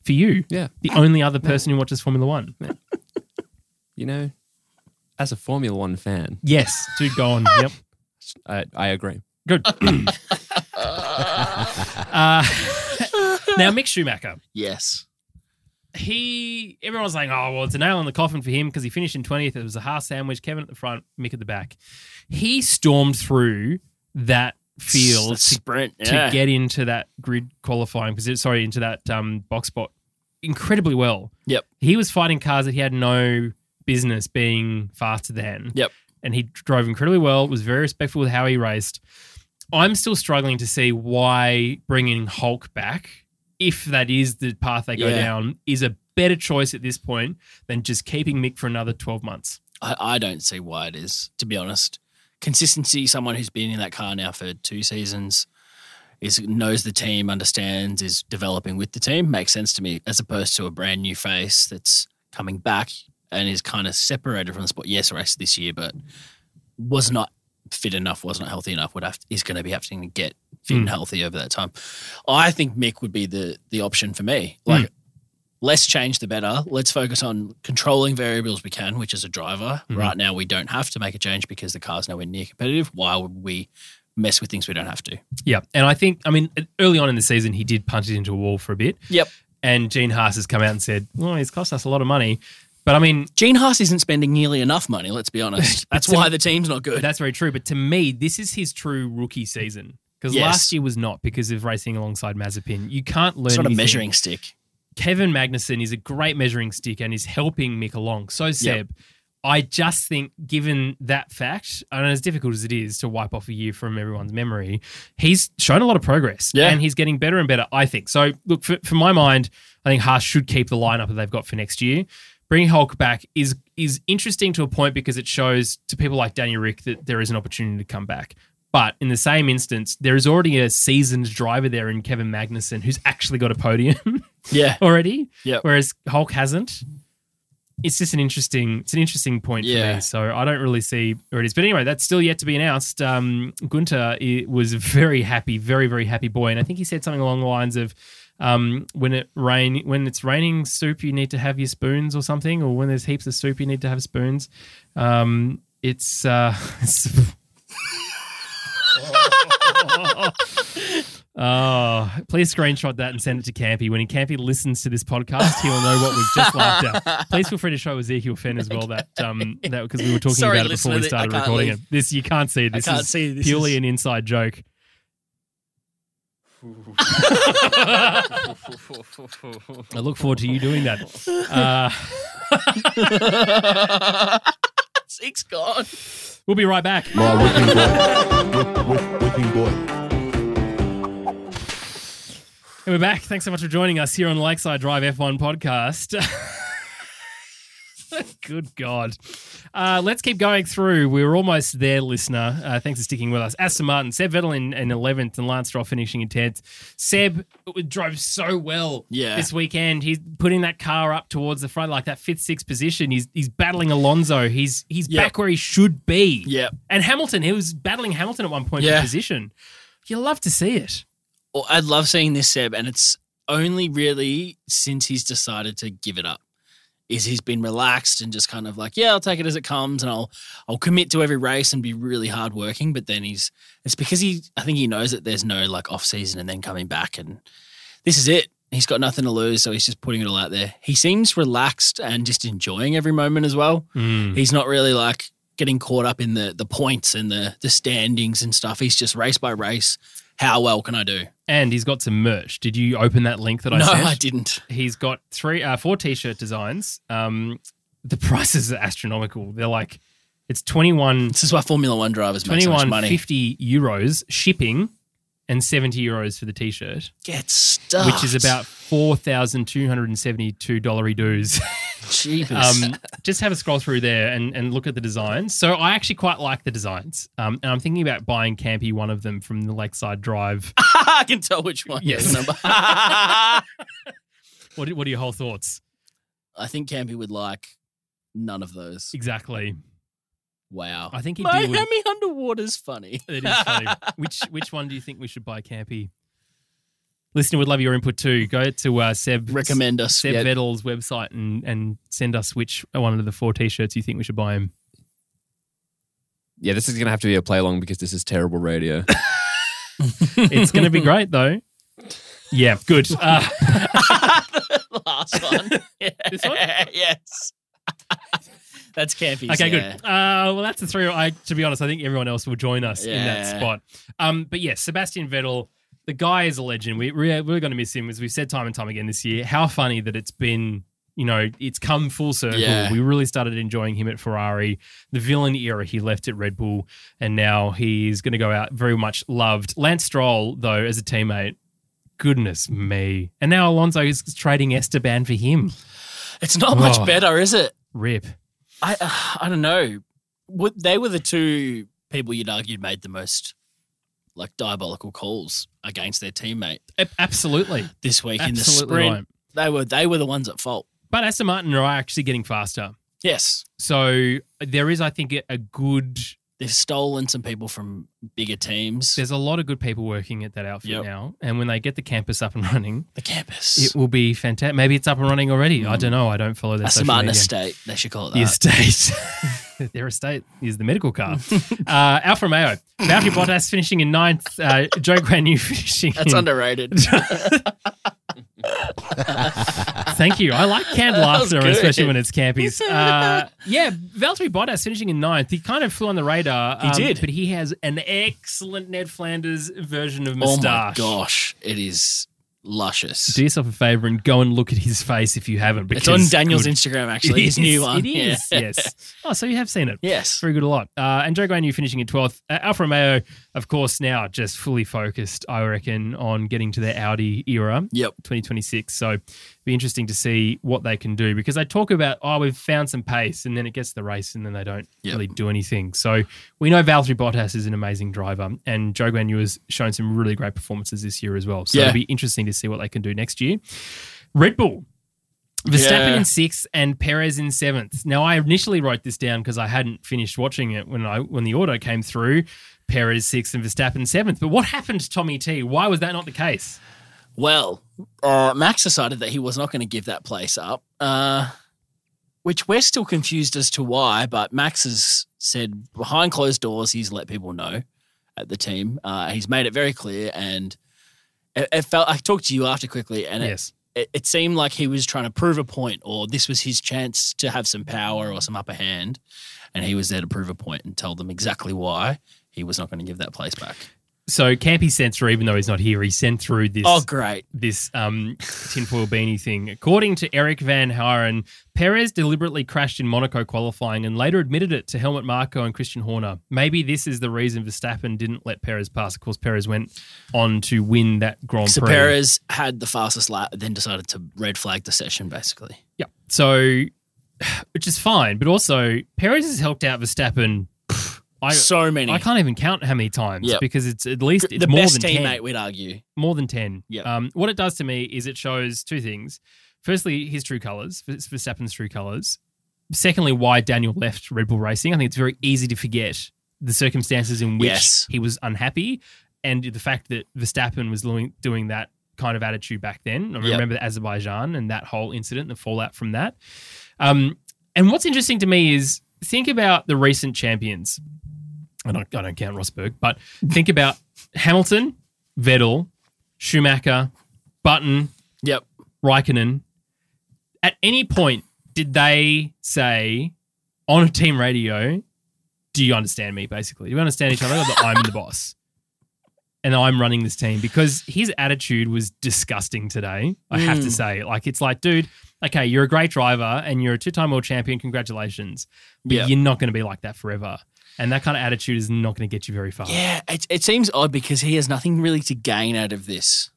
[SPEAKER 1] for you,
[SPEAKER 3] Yeah.
[SPEAKER 1] the only other person who watches Formula One.
[SPEAKER 3] You know, as a Formula One fan,
[SPEAKER 1] Yes, dude, go on. yep,
[SPEAKER 3] I, I agree.
[SPEAKER 1] good. uh, now, Mick Schumacher,
[SPEAKER 2] Yes.
[SPEAKER 1] he everyone's saying, oh well, it's a nail in the coffin for him because he finished in twentieth. It was a half sandwich, Kevin at the front, Mick at the back. He stormed through that field
[SPEAKER 2] The
[SPEAKER 1] to
[SPEAKER 2] sprint.
[SPEAKER 1] to
[SPEAKER 2] Yeah.
[SPEAKER 1] get into that grid qualifying position. Sorry, into that um, box spot incredibly well.
[SPEAKER 2] Yep.
[SPEAKER 1] He was fighting cars that he had no business being faster than.
[SPEAKER 2] Yep.
[SPEAKER 1] And he drove incredibly well. Was very respectful with how he raced. I'm still struggling to see why bringing Hulk back, if that is the path they go
[SPEAKER 2] Yeah.
[SPEAKER 1] down, is a better choice at this point than just keeping Mick for another 12 months.
[SPEAKER 2] I, I don't see why it is, to be honest. Consistency, someone who's been in that car now for two seasons, is knows the team, understands, is developing with the team, makes sense to me, as opposed to a brand new face that's coming back and is kind of separated from the sport. Yes, raced this year, but was not fit enough, was not healthy enough, would have is going to be having to get fit and
[SPEAKER 1] Mm.
[SPEAKER 2] healthy over that time. I think Mick would be the the option for me. Like less change the better. Let's focus on controlling variables we can, which is a driver.
[SPEAKER 1] Mhm.
[SPEAKER 2] Right now we don't have to make a change because the car's nowhere near competitive. Why would we mess with things we don't have to?
[SPEAKER 1] Yeah. And I think, I mean, e, early on in the season, he did punch it into a wall for a bit.
[SPEAKER 2] Yep.
[SPEAKER 1] And Gene Haas has come out and said, well, he's cost us a lot of money. But I mean,
[SPEAKER 2] Gene Haas isn't spending nearly enough money, let's be honest. That's
[SPEAKER 1] It's a-
[SPEAKER 2] why the team's not good.
[SPEAKER 1] that's very true. But to me, this is his true rookie season. Because
[SPEAKER 2] Yes.
[SPEAKER 1] last year was not because of racing alongside Mazepin. You can't learn
[SPEAKER 2] It's not a
[SPEAKER 1] anything.
[SPEAKER 2] measuring stick.
[SPEAKER 1] Kevin Magnussen is a great measuring stick and is helping Mick along. So Seb, I just think given that fact, and as difficult as it is to wipe off a year from everyone's memory, he's shown a lot of progress.
[SPEAKER 2] Yeah.
[SPEAKER 1] And he's getting better and better, I think. So look, for, for my mind, I think Haas should keep the lineup that they've got for next year. Bringing Hulk back is is interesting to a point because it shows to people like Daniel Rick that there is an opportunity to come back. But in the same instance, there is already a seasoned driver there in Kevin Magnussen who's actually got a podium.
[SPEAKER 2] Yeah.
[SPEAKER 1] already.
[SPEAKER 2] Yep.
[SPEAKER 1] Whereas Hulk hasn't. It's just an interesting. It's an interesting point for
[SPEAKER 2] Yeah.
[SPEAKER 1] me. So I don't really see where it is. But anyway, that's still yet to be announced. Um, Gunter i- was a very happy, very very happy boy, and I think he said something along the lines of, um, "When it rain, when it's raining soup, you need to have your spoons or something, or when there's heaps of soup, you need to have spoons." Um, it's, uh, it's Oh, please screenshot that and send it to Campy. When Campy listens to this podcast, he will know what we've just laughed at. Please feel free to show Ezekiel Fenn as well that um that because we were talking
[SPEAKER 2] Sorry,
[SPEAKER 1] about it before
[SPEAKER 2] listener,
[SPEAKER 1] we
[SPEAKER 2] that- I
[SPEAKER 1] started
[SPEAKER 2] can't
[SPEAKER 1] recording
[SPEAKER 2] leave.
[SPEAKER 1] it. This you can't see. This
[SPEAKER 2] I can't
[SPEAKER 1] is
[SPEAKER 2] see this.
[SPEAKER 1] purely
[SPEAKER 2] is-
[SPEAKER 1] an inside joke. I look forward to you doing that. Uh,
[SPEAKER 2] Six gone.
[SPEAKER 1] we'll be right back.
[SPEAKER 5] My whipping boy. Whip, whip, whipping boy.
[SPEAKER 1] And we're back. Thanks so much for joining us here on the Lakeside Drive F1 podcast. Good God. Uh, let's keep going through. We were almost there, listener. Uh, thanks for sticking with us. Aston Martin, Seb Vettel in, in 11th and Lance Stroll finishing in 10th. Seb uh, drove so well
[SPEAKER 2] Yeah.
[SPEAKER 1] this weekend. He's putting that car up towards the front, like that fifth, sixth position. He's he's battling Alonso. He's he's
[SPEAKER 2] Yep.
[SPEAKER 1] back where he should be.
[SPEAKER 2] Yep.
[SPEAKER 1] And Hamilton, he was battling Hamilton at one point
[SPEAKER 2] Yeah.
[SPEAKER 1] for position. You love to see it.
[SPEAKER 2] Well, I love seeing this Seb, and it's only really since he's decided to give it up. Is he's been relaxed and just kind of like, yeah, I'll take it as it comes, and I'll I'll commit to every race and be really hardworking. But then he's it's because he I think he knows that there's no like off season and then coming back and this is it. He's got nothing to lose, so he's just putting it all out there. He seems relaxed and just enjoying every moment as well.
[SPEAKER 1] Hmm.
[SPEAKER 2] He's not really like getting caught up in the the points and the the standings and stuff. He's just race by race. How well can I do?
[SPEAKER 1] And he's got some merch. Did you open that link that I
[SPEAKER 2] no,
[SPEAKER 1] sent?
[SPEAKER 2] I didn't.
[SPEAKER 1] He's got three, uh, four t-shirt designs. Um, the prices are astronomical. They're like, it's 21,
[SPEAKER 2] This is why Formula One drivers make so much
[SPEAKER 1] 21
[SPEAKER 2] money.
[SPEAKER 1] 50 euros shipping and 70 euros for the t-shirt,
[SPEAKER 2] Get stuck.
[SPEAKER 1] which is about $4,272 dollary
[SPEAKER 2] cheapest.
[SPEAKER 1] Um, just have a scroll through there and, and look at the designs. So I actually quite like the designs. Um, and I'm thinking about buying Campy one of them from the Lakeside Drive.
[SPEAKER 2] I can tell which one.
[SPEAKER 1] Yes.
[SPEAKER 2] Number. I
[SPEAKER 1] What, what are your whole thoughts?
[SPEAKER 2] think Campy would like none of those.
[SPEAKER 1] Exactly.
[SPEAKER 2] Wow.
[SPEAKER 1] I think he'd
[SPEAKER 2] Miami
[SPEAKER 1] deal with-
[SPEAKER 2] underwater's funny.
[SPEAKER 1] That is funny. which which one do you think we should buy, Campy? Listener would love your input too. Go to uh, Seb
[SPEAKER 2] Recommend us.
[SPEAKER 1] Seb
[SPEAKER 3] Yeah.
[SPEAKER 1] Vettel's website and and send us which one of the four t-shirts you think we should buy him.
[SPEAKER 3] Yeah, this is going to have to be a play along because this is terrible radio.
[SPEAKER 1] It's going to be great though. Yeah, good. Uh,
[SPEAKER 2] the last one.
[SPEAKER 1] This one?
[SPEAKER 2] yes. That's Campy.
[SPEAKER 1] okay, good. Uh, well, that's the three. I to be honest, I think everyone else will join us in that
[SPEAKER 2] Yeah.
[SPEAKER 1] spot. Um, but yes, Sebastian Vettel, the guy is a legend. We we're, we're going to miss him, as we've said time and time again this year. How funny that it's been. You know, it's come full circle.
[SPEAKER 2] Yeah.
[SPEAKER 1] We really started enjoying him at Ferrari. The villain era he left at Red Bull, and now he's going to go out very much loved. Lance Stroll, though, as a teammate, goodness me. And now Alonso is trading Esteban for him.
[SPEAKER 2] It's not much
[SPEAKER 1] Oh.
[SPEAKER 2] better, is it?
[SPEAKER 1] Rip.
[SPEAKER 2] I uh, I don't know. What they were the two people you'd argued made the most like diabolical calls against their teammate
[SPEAKER 1] A- Absolutely.
[SPEAKER 2] this week in the
[SPEAKER 1] Absolutely
[SPEAKER 2] sprint.
[SPEAKER 1] right.
[SPEAKER 2] They were they were the ones at fault.
[SPEAKER 1] But Aston Martin are actually getting faster.
[SPEAKER 2] Yes,
[SPEAKER 1] So there is, I think, a- a good.
[SPEAKER 2] they've stolen some people from bigger teams.
[SPEAKER 1] There's a lot of good people working at that outfit
[SPEAKER 2] Yep.
[SPEAKER 1] now, and when they get the campus up and running,
[SPEAKER 2] the campus.
[SPEAKER 1] it will be fantastic. Maybe it's up and running already. I
[SPEAKER 2] Mm.
[SPEAKER 1] don't know. I don't follow their
[SPEAKER 2] That's
[SPEAKER 1] social
[SPEAKER 2] the Martin
[SPEAKER 1] media.
[SPEAKER 2] estate. They should call it that.
[SPEAKER 1] The estate. their estate is the medical car. uh, Alfa Romeo. Valtteri Bottas finishing in ninth. Uh, Joe Granu finishing
[SPEAKER 2] That's
[SPEAKER 1] in
[SPEAKER 2] underrated.
[SPEAKER 1] Thank you. I like canned
[SPEAKER 2] That was
[SPEAKER 1] laughter,
[SPEAKER 2] good.
[SPEAKER 1] especially when it's campies. Uh, yeah, Valtteri Bottas finishing in ninth. He kind of flew on the radar. um,
[SPEAKER 2] He did.
[SPEAKER 1] But he has an excellent Ned Flanders version of
[SPEAKER 2] Oh my
[SPEAKER 1] moustache.
[SPEAKER 2] gosh, it is luscious.
[SPEAKER 1] Do yourself a favor and go and look at his face if you haven't. Because
[SPEAKER 2] it's on Daniel's
[SPEAKER 1] good-
[SPEAKER 2] Instagram actually.
[SPEAKER 1] It
[SPEAKER 2] His new
[SPEAKER 1] is,
[SPEAKER 2] one.
[SPEAKER 1] It is,
[SPEAKER 2] Yeah.
[SPEAKER 1] yes. Oh, so you have seen it. It's
[SPEAKER 2] Yes.
[SPEAKER 1] very good a lot. Uh, and Joe Guanyu finishing in 12th. Uh, Alfa Romeo, of course, now just fully focused, I reckon, on getting to their Audi era.
[SPEAKER 2] Yep.
[SPEAKER 1] 2026. So be interesting to see what they can do because they talk about, oh, we've found some pace and then it gets to the race and then they don't
[SPEAKER 2] Yep.
[SPEAKER 1] really do anything. So we know Valtteri Bottas is an amazing driver and Joe Guanyu has shown some really great performances this year as well. So
[SPEAKER 2] Yeah.
[SPEAKER 1] it'll be interesting to see what they can do next year. Red Bull. Verstappen
[SPEAKER 2] Yeah.
[SPEAKER 1] in sixth and Perez in seventh. Now I initially wrote this down because I hadn't finished watching it when I when the auto came through. Perez sixth and Verstappen seventh. But what happened to Tommy T? Why was that not the case?
[SPEAKER 2] Well, uh, Max decided that he was not going to give that place up, uh, which we're still confused as to why. But Max has said behind closed doors, he's let people know at the team. Uh, he's made it very clear, and it, it felt. I talked to you after quickly, and it,
[SPEAKER 1] yes.
[SPEAKER 2] it, it seemed like he was trying to prove a point, or this was his chance to have some power or some upper hand, and he was there to prove a point and tell them exactly why he was not going to give that place back.
[SPEAKER 1] So Campy sent through, even though he's not here, he sent through this
[SPEAKER 2] Oh, great!
[SPEAKER 1] this um, tinfoil beanie thing. According to Eric Van Haren, Perez deliberately crashed in Monaco qualifying and later admitted it to Helmut Marko and Christian Horner. Maybe this is the reason Verstappen didn't let Perez pass. Of course, Perez went on to win that Grand
[SPEAKER 2] So
[SPEAKER 1] Prix.
[SPEAKER 2] Perez had the fastest lap, then decided to red flag the session, basically.
[SPEAKER 1] Yeah. So, which is fine, but also Perez has helped out Verstappen. I,
[SPEAKER 2] so many.
[SPEAKER 1] I can't even count how many times
[SPEAKER 2] Yep.
[SPEAKER 1] because it's at least it's
[SPEAKER 2] the
[SPEAKER 1] more
[SPEAKER 2] best
[SPEAKER 1] than
[SPEAKER 2] teammate,
[SPEAKER 1] 10.
[SPEAKER 2] we'd argue.
[SPEAKER 1] more than 10.
[SPEAKER 2] Yeah.
[SPEAKER 1] Um, what it does to me is it shows two things. Firstly, his true colors, Verstappen's true colors. Secondly, why Daniel left Red Bull Racing. I think it's very easy to forget the circumstances in which
[SPEAKER 2] Yes.
[SPEAKER 1] he was unhappy and the fact that Verstappen was doing, doing that kind of attitude back then. I
[SPEAKER 2] Yep.
[SPEAKER 1] remember Azerbaijan and that whole incident and the fallout from that. Um, and what's interesting to me is think about the recent champions. I don't, I don't count Rosberg, but think about Hamilton, Vettel, Schumacher, Button,
[SPEAKER 2] Yep.
[SPEAKER 1] Raikkonen. At any point, did they say on a team radio, Do you understand me? Basically, do we understand each other? That I'm the boss and I'm running this team because his attitude was disgusting today. I have to
[SPEAKER 2] Mm.
[SPEAKER 1] say, like, it's like, dude, okay, you're a great driver and you're a two time world champion. Congratulations. But
[SPEAKER 2] Yeah.
[SPEAKER 1] you're not going to be like that forever. And that kind of attitude is not going to get you very far.
[SPEAKER 2] Yeah, it, it seems odd because he has nothing really to gain out of this.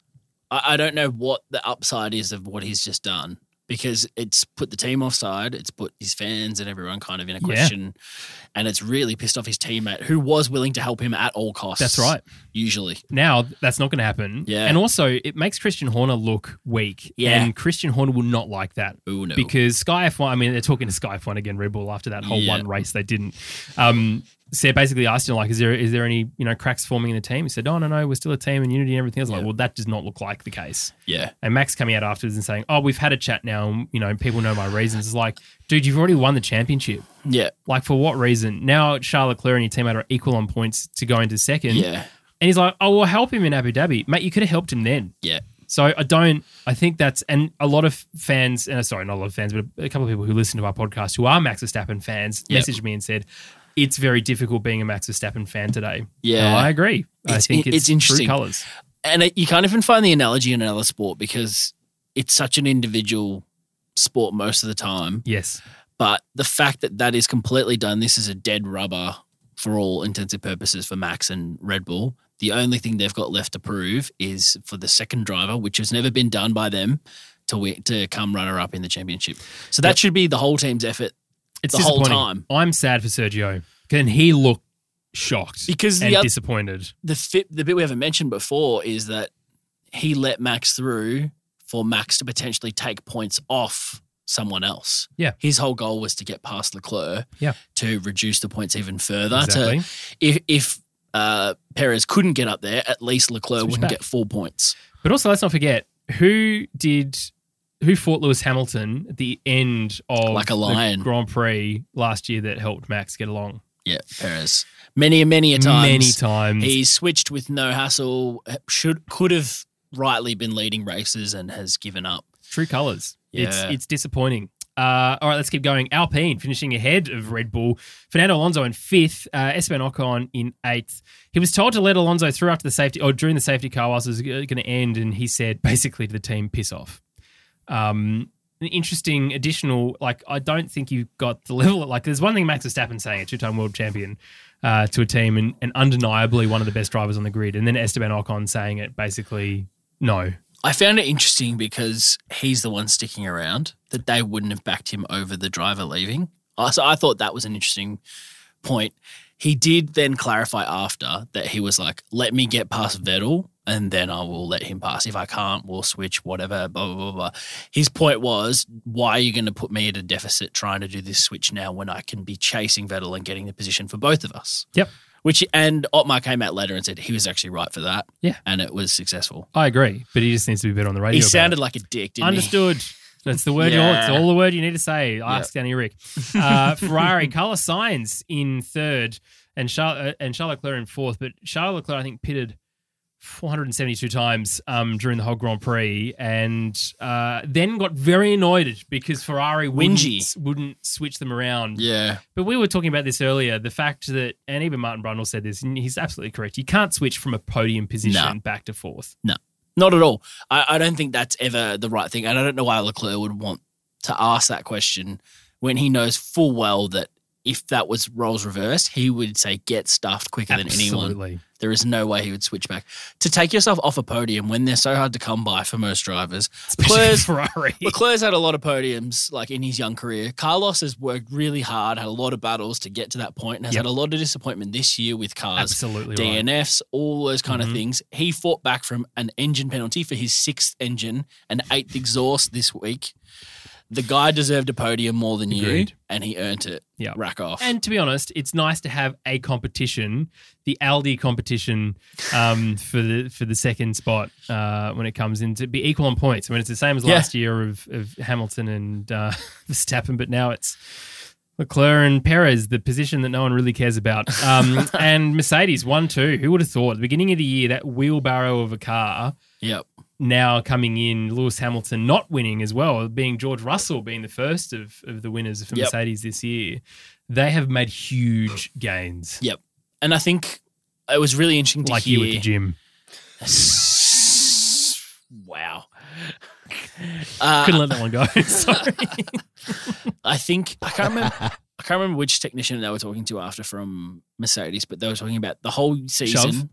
[SPEAKER 2] I, I don't know what the upside is of what he's just done because it's put the team offside, it's put his fans and everyone kind of in a
[SPEAKER 1] Yeah.
[SPEAKER 2] question, and it's really pissed off his teammate who was willing to help him at all costs.
[SPEAKER 1] That's right.
[SPEAKER 2] Usually.
[SPEAKER 1] Now that's not going to happen.
[SPEAKER 2] Yeah.
[SPEAKER 1] And also, it makes Christian Horner look weak.
[SPEAKER 2] Yeah.
[SPEAKER 1] And Christian Horner will not like that
[SPEAKER 2] Oh, no.
[SPEAKER 1] because Sky F1, I mean, they're talking to Sky F1 again, Red Bull, after that whole
[SPEAKER 2] Yeah.
[SPEAKER 1] one race they didn't. Um, so basically asked him, like, is there is there any, you know, cracks forming in the team? He said, oh, no, no, we're still a team and unity and everything. I was like,
[SPEAKER 2] Yeah.
[SPEAKER 1] well, that does not look like the case.
[SPEAKER 2] yeah.
[SPEAKER 1] And Max coming out afterwards and saying, oh, we've had a chat now and, you know, people know my reasons. It's like, dude, you've already won the championship.
[SPEAKER 2] Yeah.
[SPEAKER 1] Like, for what reason? Now Charlotte Claire and your teammate are equal on points to go into second.
[SPEAKER 2] Yeah.
[SPEAKER 1] And he's like, "Oh, we'll help him in Abu Dhabi, mate. You could have helped him then."
[SPEAKER 2] Yeah.
[SPEAKER 1] So I don't. I think that's and a lot of fans, and uh, sorry, not a lot of fans, but a, a couple of people who listen to our podcast who are Max Verstappen fans
[SPEAKER 2] Yep.
[SPEAKER 1] messaged me and said, "It's very difficult being a Max Verstappen fan today."
[SPEAKER 2] Yeah.
[SPEAKER 1] And I agree. I
[SPEAKER 2] It's-
[SPEAKER 1] think
[SPEAKER 2] it-
[SPEAKER 1] it's,
[SPEAKER 2] it's interesting.
[SPEAKER 1] True colors.
[SPEAKER 2] and it, you can't even find the analogy in another sport because it's such an individual sport most of the time.
[SPEAKER 1] Yes.
[SPEAKER 2] But the fact that that is completely done, this is a dead rubber for all intents and purposes for Max and Red Bull. The only thing they've got left to prove is for the second driver, which has never been done by them, to win, to come runner up in the championship. So that should be the whole team's effort
[SPEAKER 1] It's
[SPEAKER 2] the whole
[SPEAKER 1] disappointing.
[SPEAKER 2] time.
[SPEAKER 1] I'm sad for Sergio. Can he look shocked
[SPEAKER 2] Because
[SPEAKER 1] and
[SPEAKER 2] the, oth-
[SPEAKER 1] disappointed?
[SPEAKER 2] the fit, the bit we haven't mentioned before is that he let Max through for Max to potentially take points off someone else.
[SPEAKER 1] Yeah.
[SPEAKER 2] His whole goal was to get past Leclerc.
[SPEAKER 1] Yeah.
[SPEAKER 2] To reduce the points even further.
[SPEAKER 1] exactly.
[SPEAKER 2] To if if uh, Perez couldn't get up there, at least Leclerc
[SPEAKER 1] Switch
[SPEAKER 2] wouldn't
[SPEAKER 1] back.
[SPEAKER 2] get four points.
[SPEAKER 1] But also, let's not forget who did who fought Lewis Hamilton at the end of
[SPEAKER 2] Like a
[SPEAKER 1] the
[SPEAKER 2] lion.
[SPEAKER 1] Grand Prix last year that helped Max get along
[SPEAKER 2] Yeah, Perez. Many and many a times.
[SPEAKER 1] many times.
[SPEAKER 2] He switched with no hassle. Should could have rightly been leading races and has given up.
[SPEAKER 1] True colors. It's
[SPEAKER 2] Yeah.
[SPEAKER 1] it's disappointing. Uh, all right, let's keep going. Alpine finishing ahead of Red Bull. Fernando Alonso in fifth. Uh, Esteban Ocon in eighth. He was told to let Alonso through after the safety or during the safety car whilst it was going to end, and he said basically to the team, "Piss off." Um, an interesting additional. Like, I don't think you got the level. Like, there's one thing Max Verstappen saying, a two-time world champion, uh, to a team and, and undeniably one of the best drivers on the grid, and then Esteban Ocon saying it basically, no,
[SPEAKER 2] I found it interesting because he's the one sticking around that they wouldn't have backed him over the driver leaving. Uh, So I thought that was an interesting point. He did then clarify after that he was like, "Let me get past Vettel, and then I will let him pass. If I can't, we'll switch. Whatever." Blah blah blah. blah. His point was, "Why are you going to put me at a deficit trying to do this switch now when I can be chasing Vettel and getting the position for both of us?"
[SPEAKER 1] Yep.
[SPEAKER 2] Which and Otmar came out later and said he was actually right for that.
[SPEAKER 1] Yeah.
[SPEAKER 2] and it was successful.
[SPEAKER 1] I agree, but he just needs to be better on the radio.
[SPEAKER 2] He
[SPEAKER 1] about
[SPEAKER 2] sounded
[SPEAKER 1] it.
[SPEAKER 2] like a dick, didn't
[SPEAKER 1] understood. That's the word. you want. It's
[SPEAKER 2] Yeah.
[SPEAKER 1] all the word you need to say. Ask Danny Rick. Uh, Ferrari, Carlos Sainz in third, and Charles uh, and Charles Leclerc in fourth. But Charles Leclerc, I think, pitted 472 times um, during the whole Grand Prix, and uh, then got very annoyed because Ferrari wouldn't,
[SPEAKER 2] Whingy.
[SPEAKER 1] wouldn't switch them around.
[SPEAKER 2] he? Yeah.
[SPEAKER 1] But we were talking about this earlier. The fact that, and even Martin Brundle said this, and he's absolutely correct. You can't switch from a podium position back to fourth.
[SPEAKER 2] Not at all. I, I don't think that's ever the right thing. And I don't know why Leclerc would want to ask that question when he knows full well that if that was roles reversed, he would say get stuffed quicker than anyone.
[SPEAKER 1] Absolutely.
[SPEAKER 2] There is no way he would switch back. To take yourself off a podium when they're so hard to come by for most drivers.
[SPEAKER 1] Especially
[SPEAKER 2] Whereas-
[SPEAKER 1] Ferrari.
[SPEAKER 2] Leclerc's had a lot of podiums like in his young career. Carlos has worked really hard, had a lot of battles to get to that point, and has
[SPEAKER 1] Yep.
[SPEAKER 2] had a lot of disappointment this year with cars.
[SPEAKER 1] Absolutely right.
[SPEAKER 2] DNFs, all those kind
[SPEAKER 1] Mhm.
[SPEAKER 2] of things. He fought back from an engine penalty for his sixth engine and eighth exhaust this week. The guy deserved a podium more than
[SPEAKER 1] Agreed.
[SPEAKER 2] you, and he earned it.
[SPEAKER 1] Yeah.
[SPEAKER 2] rack off.
[SPEAKER 1] And to be honest, it's nice to have a competition, the Aldi competition um, for the for the second spot uh, when it comes in to be equal on points. I mean, it's the same as
[SPEAKER 2] Yeah.
[SPEAKER 1] last year of, of Hamilton and uh, Verstappen, but now it's Leclerc and Perez, the position that no one really cares about. Um, and Mercedes, one, two. Who would have thought at the beginning of the year, that wheelbarrow of a car
[SPEAKER 2] yep,
[SPEAKER 1] now coming in, Lewis Hamilton not winning as well, being George Russell being the first of, of the winners for
[SPEAKER 2] Yep.
[SPEAKER 1] Mercedes this year, they have made huge gains.
[SPEAKER 2] yep. And I think it was really interesting to
[SPEAKER 1] Like
[SPEAKER 2] hear.
[SPEAKER 1] you at the gym.
[SPEAKER 2] wow. Uh,
[SPEAKER 1] Couldn't let that one go. Sorry.
[SPEAKER 2] I think I can't remember. I can't remember which technician they were talking to after from Mercedes, but they were talking about the whole season.
[SPEAKER 1] Shove?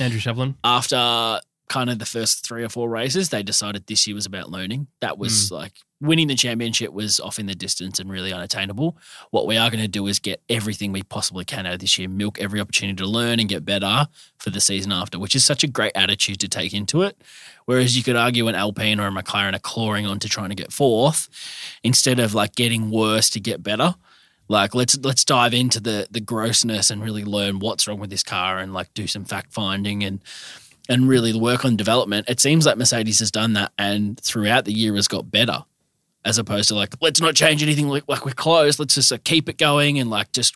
[SPEAKER 1] Andrew Shovlin.
[SPEAKER 2] after kind of the first three or four races, they decided this year was about learning. That was like winning the championship was off in the distance and really unattainable. What we are going to do is get everything we possibly can out of this year, milk every opportunity to learn and get better for the season after, which is such a great attitude to take into it. Whereas you could argue an Alpine or a McLaren are clawing on to trying to get fourth instead of like getting worse to get better. Like let's let's dive into the the grossness and really learn what's wrong with this car and like do some fact finding and and really work on development. It seems like Mercedes has done that and throughout the year has got better as opposed to like, let's not change anything. Like, like we're close. Let's just uh, keep it going and like just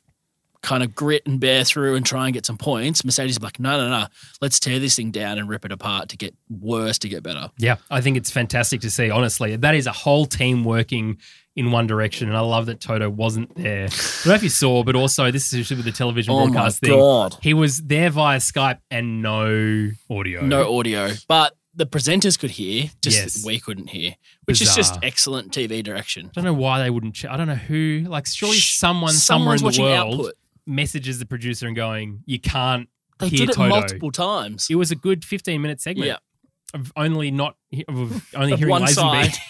[SPEAKER 2] kind of grit and bear through and try and get some points. Mercedes is like, no, no, no. Let's tear this thing down and rip it apart to get worse to get better.
[SPEAKER 1] Yeah, I think it's fantastic to see, honestly. That is a whole team working in one direction. And I love that Toto wasn't there. I don't know if you saw, but also this is with the television
[SPEAKER 2] Oh my
[SPEAKER 1] broadcast thing.
[SPEAKER 2] God.
[SPEAKER 1] He was there via Skype and no audio.
[SPEAKER 2] No audio, but the presenters could hear, just
[SPEAKER 1] Yes.
[SPEAKER 2] we couldn't hear, which is
[SPEAKER 1] Bizarre.
[SPEAKER 2] just excellent TV direction.
[SPEAKER 1] I don't know why they wouldn't. Ch- I don't know who. Like, surely
[SPEAKER 2] Shh,
[SPEAKER 1] someone somewhere
[SPEAKER 2] Someone's
[SPEAKER 1] in the
[SPEAKER 2] watching
[SPEAKER 1] world
[SPEAKER 2] output.
[SPEAKER 1] messages the producer and going, "You can't."
[SPEAKER 2] They
[SPEAKER 1] hear
[SPEAKER 2] did it
[SPEAKER 1] Toto.
[SPEAKER 2] multiple times.
[SPEAKER 1] It was a good fifteen-minute segment
[SPEAKER 2] Yeah.
[SPEAKER 1] of only not he- of only
[SPEAKER 2] Of
[SPEAKER 1] hearing
[SPEAKER 2] one
[SPEAKER 1] Lazenby
[SPEAKER 2] side.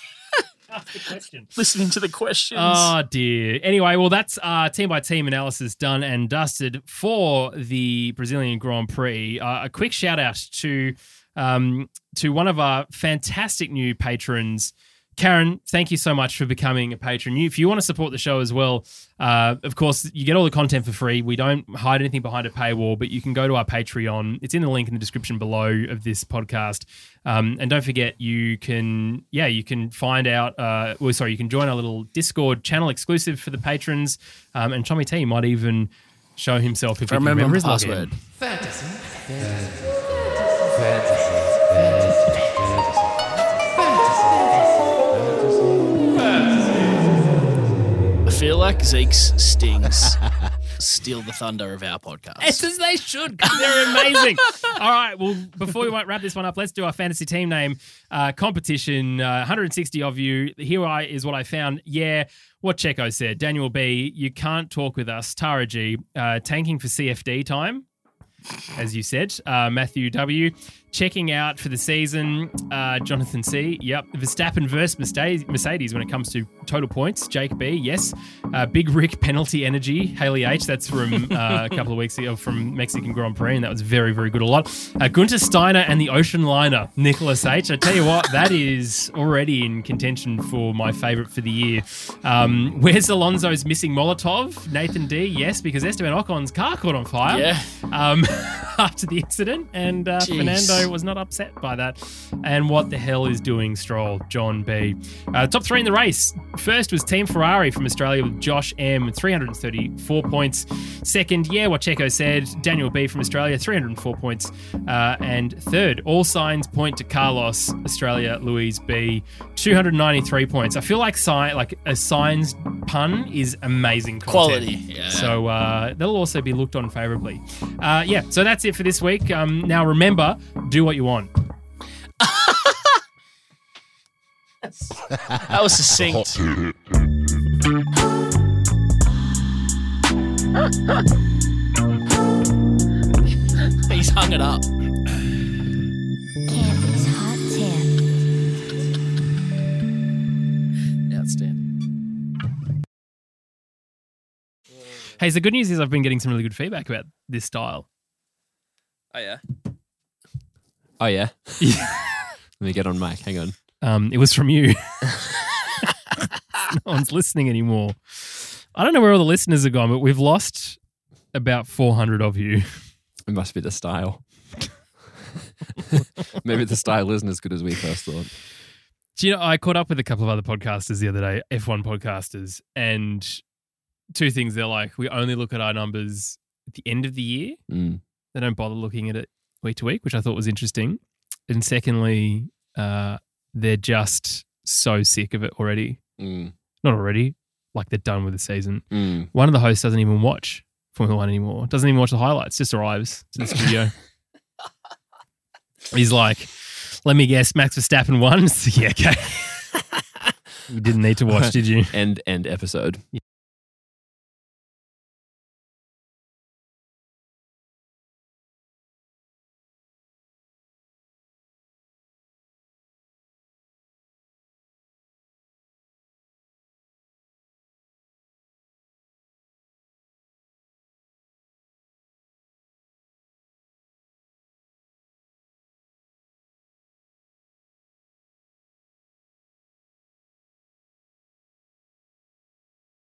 [SPEAKER 1] ask the question.
[SPEAKER 2] Listening to the questions.
[SPEAKER 1] Oh dear. Anyway, well that's uh, team by team analysis done and dusted for the Brazilian Grand Prix. Uh, a quick shout out to um, to one of our fantastic new patrons. Karen, thank you so much for becoming a patron. You, if you want to support the show as well, uh, of course, you get all the content for free. We don't hide anything behind a paywall, but you can go to our Patreon. It's in the link in the description below of this podcast. Um, and don't forget, you can, yeah, you can find out, uh, well, sorry, you can join our little Discord channel exclusive for the patrons. Um, and Tommy T might even show himself if
[SPEAKER 2] if I
[SPEAKER 1] he can
[SPEAKER 2] remember,
[SPEAKER 1] remember his
[SPEAKER 2] the password.
[SPEAKER 1] login.
[SPEAKER 4] Fantasy. Fantasy. Fantasy. Fantasy. Fantasy. Fantasy. Fantasy.
[SPEAKER 2] like Zeke's stings steal the thunder of our
[SPEAKER 1] Yes,
[SPEAKER 2] podcast.
[SPEAKER 1] as they should. 'cause They're amazing. All right. Well, before we wrap this one up, let's do our fantasy team name uh, competition. Uh, 160 of you. Here I is what I found. Yeah, what Checo said. Daniel B. You can't talk with us. Tara G. Uh, tanking for CFD time. As you said, uh, Matthew W. Checking out for the season, uh, Jonathan C. Yep. Verstappen versus Mercedes- Mercedes when it comes to total points. Jake B. Yes. Uh, Big Rick penalty energy. Haley H. That's from uh, a couple of weeks ago from Mexican Grand Prix, and that was very, very good. A lot. Uh, Gunter Steiner and the Ocean Liner. Nicholas H. I tell you what, that is already in contention for my favourite for the year. Um, where's Alonso's missing Molotov? Nathan D. Yes, because Esteban Ocon's car caught on fire
[SPEAKER 2] Yeah.
[SPEAKER 1] um, after the incident, and uh,
[SPEAKER 2] Jeez.
[SPEAKER 1] Fernando was not upset by that. And what the hell is doing Stroll, John B? Uh, top three in the race. First was Team Ferrari from Australia with Josh M, 334 points. Second, yeah, what Checo said, Daniel B from Australia, 304 points. Uh, and third, all signs point to Carlos, Australia, Louise B, 293 points. I feel like sign like a signs pun is amazing content.
[SPEAKER 2] Quality. Yeah.
[SPEAKER 1] So uh, they'll also be looked on favorably. Uh, yeah, so that's it for this week. Um, now remember, do what you want.
[SPEAKER 2] that was succinct. He's hung it up.
[SPEAKER 6] Campy's Hot Tip.
[SPEAKER 2] Outstanding.
[SPEAKER 1] Hey, so the good news is I've been getting some really good feedback about this style.
[SPEAKER 3] Oh yeah. Oh yeah. Let me get on mic. Hang on.
[SPEAKER 1] Um, it was from you. no one's listening anymore. I don't know where all the listeners have gone, but we've lost about 400 of you.
[SPEAKER 3] It must be the style. Maybe the style isn't as good as we first thought.
[SPEAKER 1] Do you know, I caught up with a couple of other podcasters the other day, F1 podcasters, and two things they're like, we only look at our numbers at the end of the year.
[SPEAKER 3] Mm.
[SPEAKER 1] they don't bother looking at it week to week, which I thought was interesting. And secondly, uh, they're just so sick of it already.
[SPEAKER 3] Mm.
[SPEAKER 1] Not already, like they're done with the season.
[SPEAKER 3] Mm.
[SPEAKER 1] One of the hosts doesn't even watch Formula One anymore. Doesn't even watch the highlights. Just arrives to the studio. He's like, "Let me guess, Max Verstappen won." yeah, okay. you didn't need to watch, did you?
[SPEAKER 3] End end episode.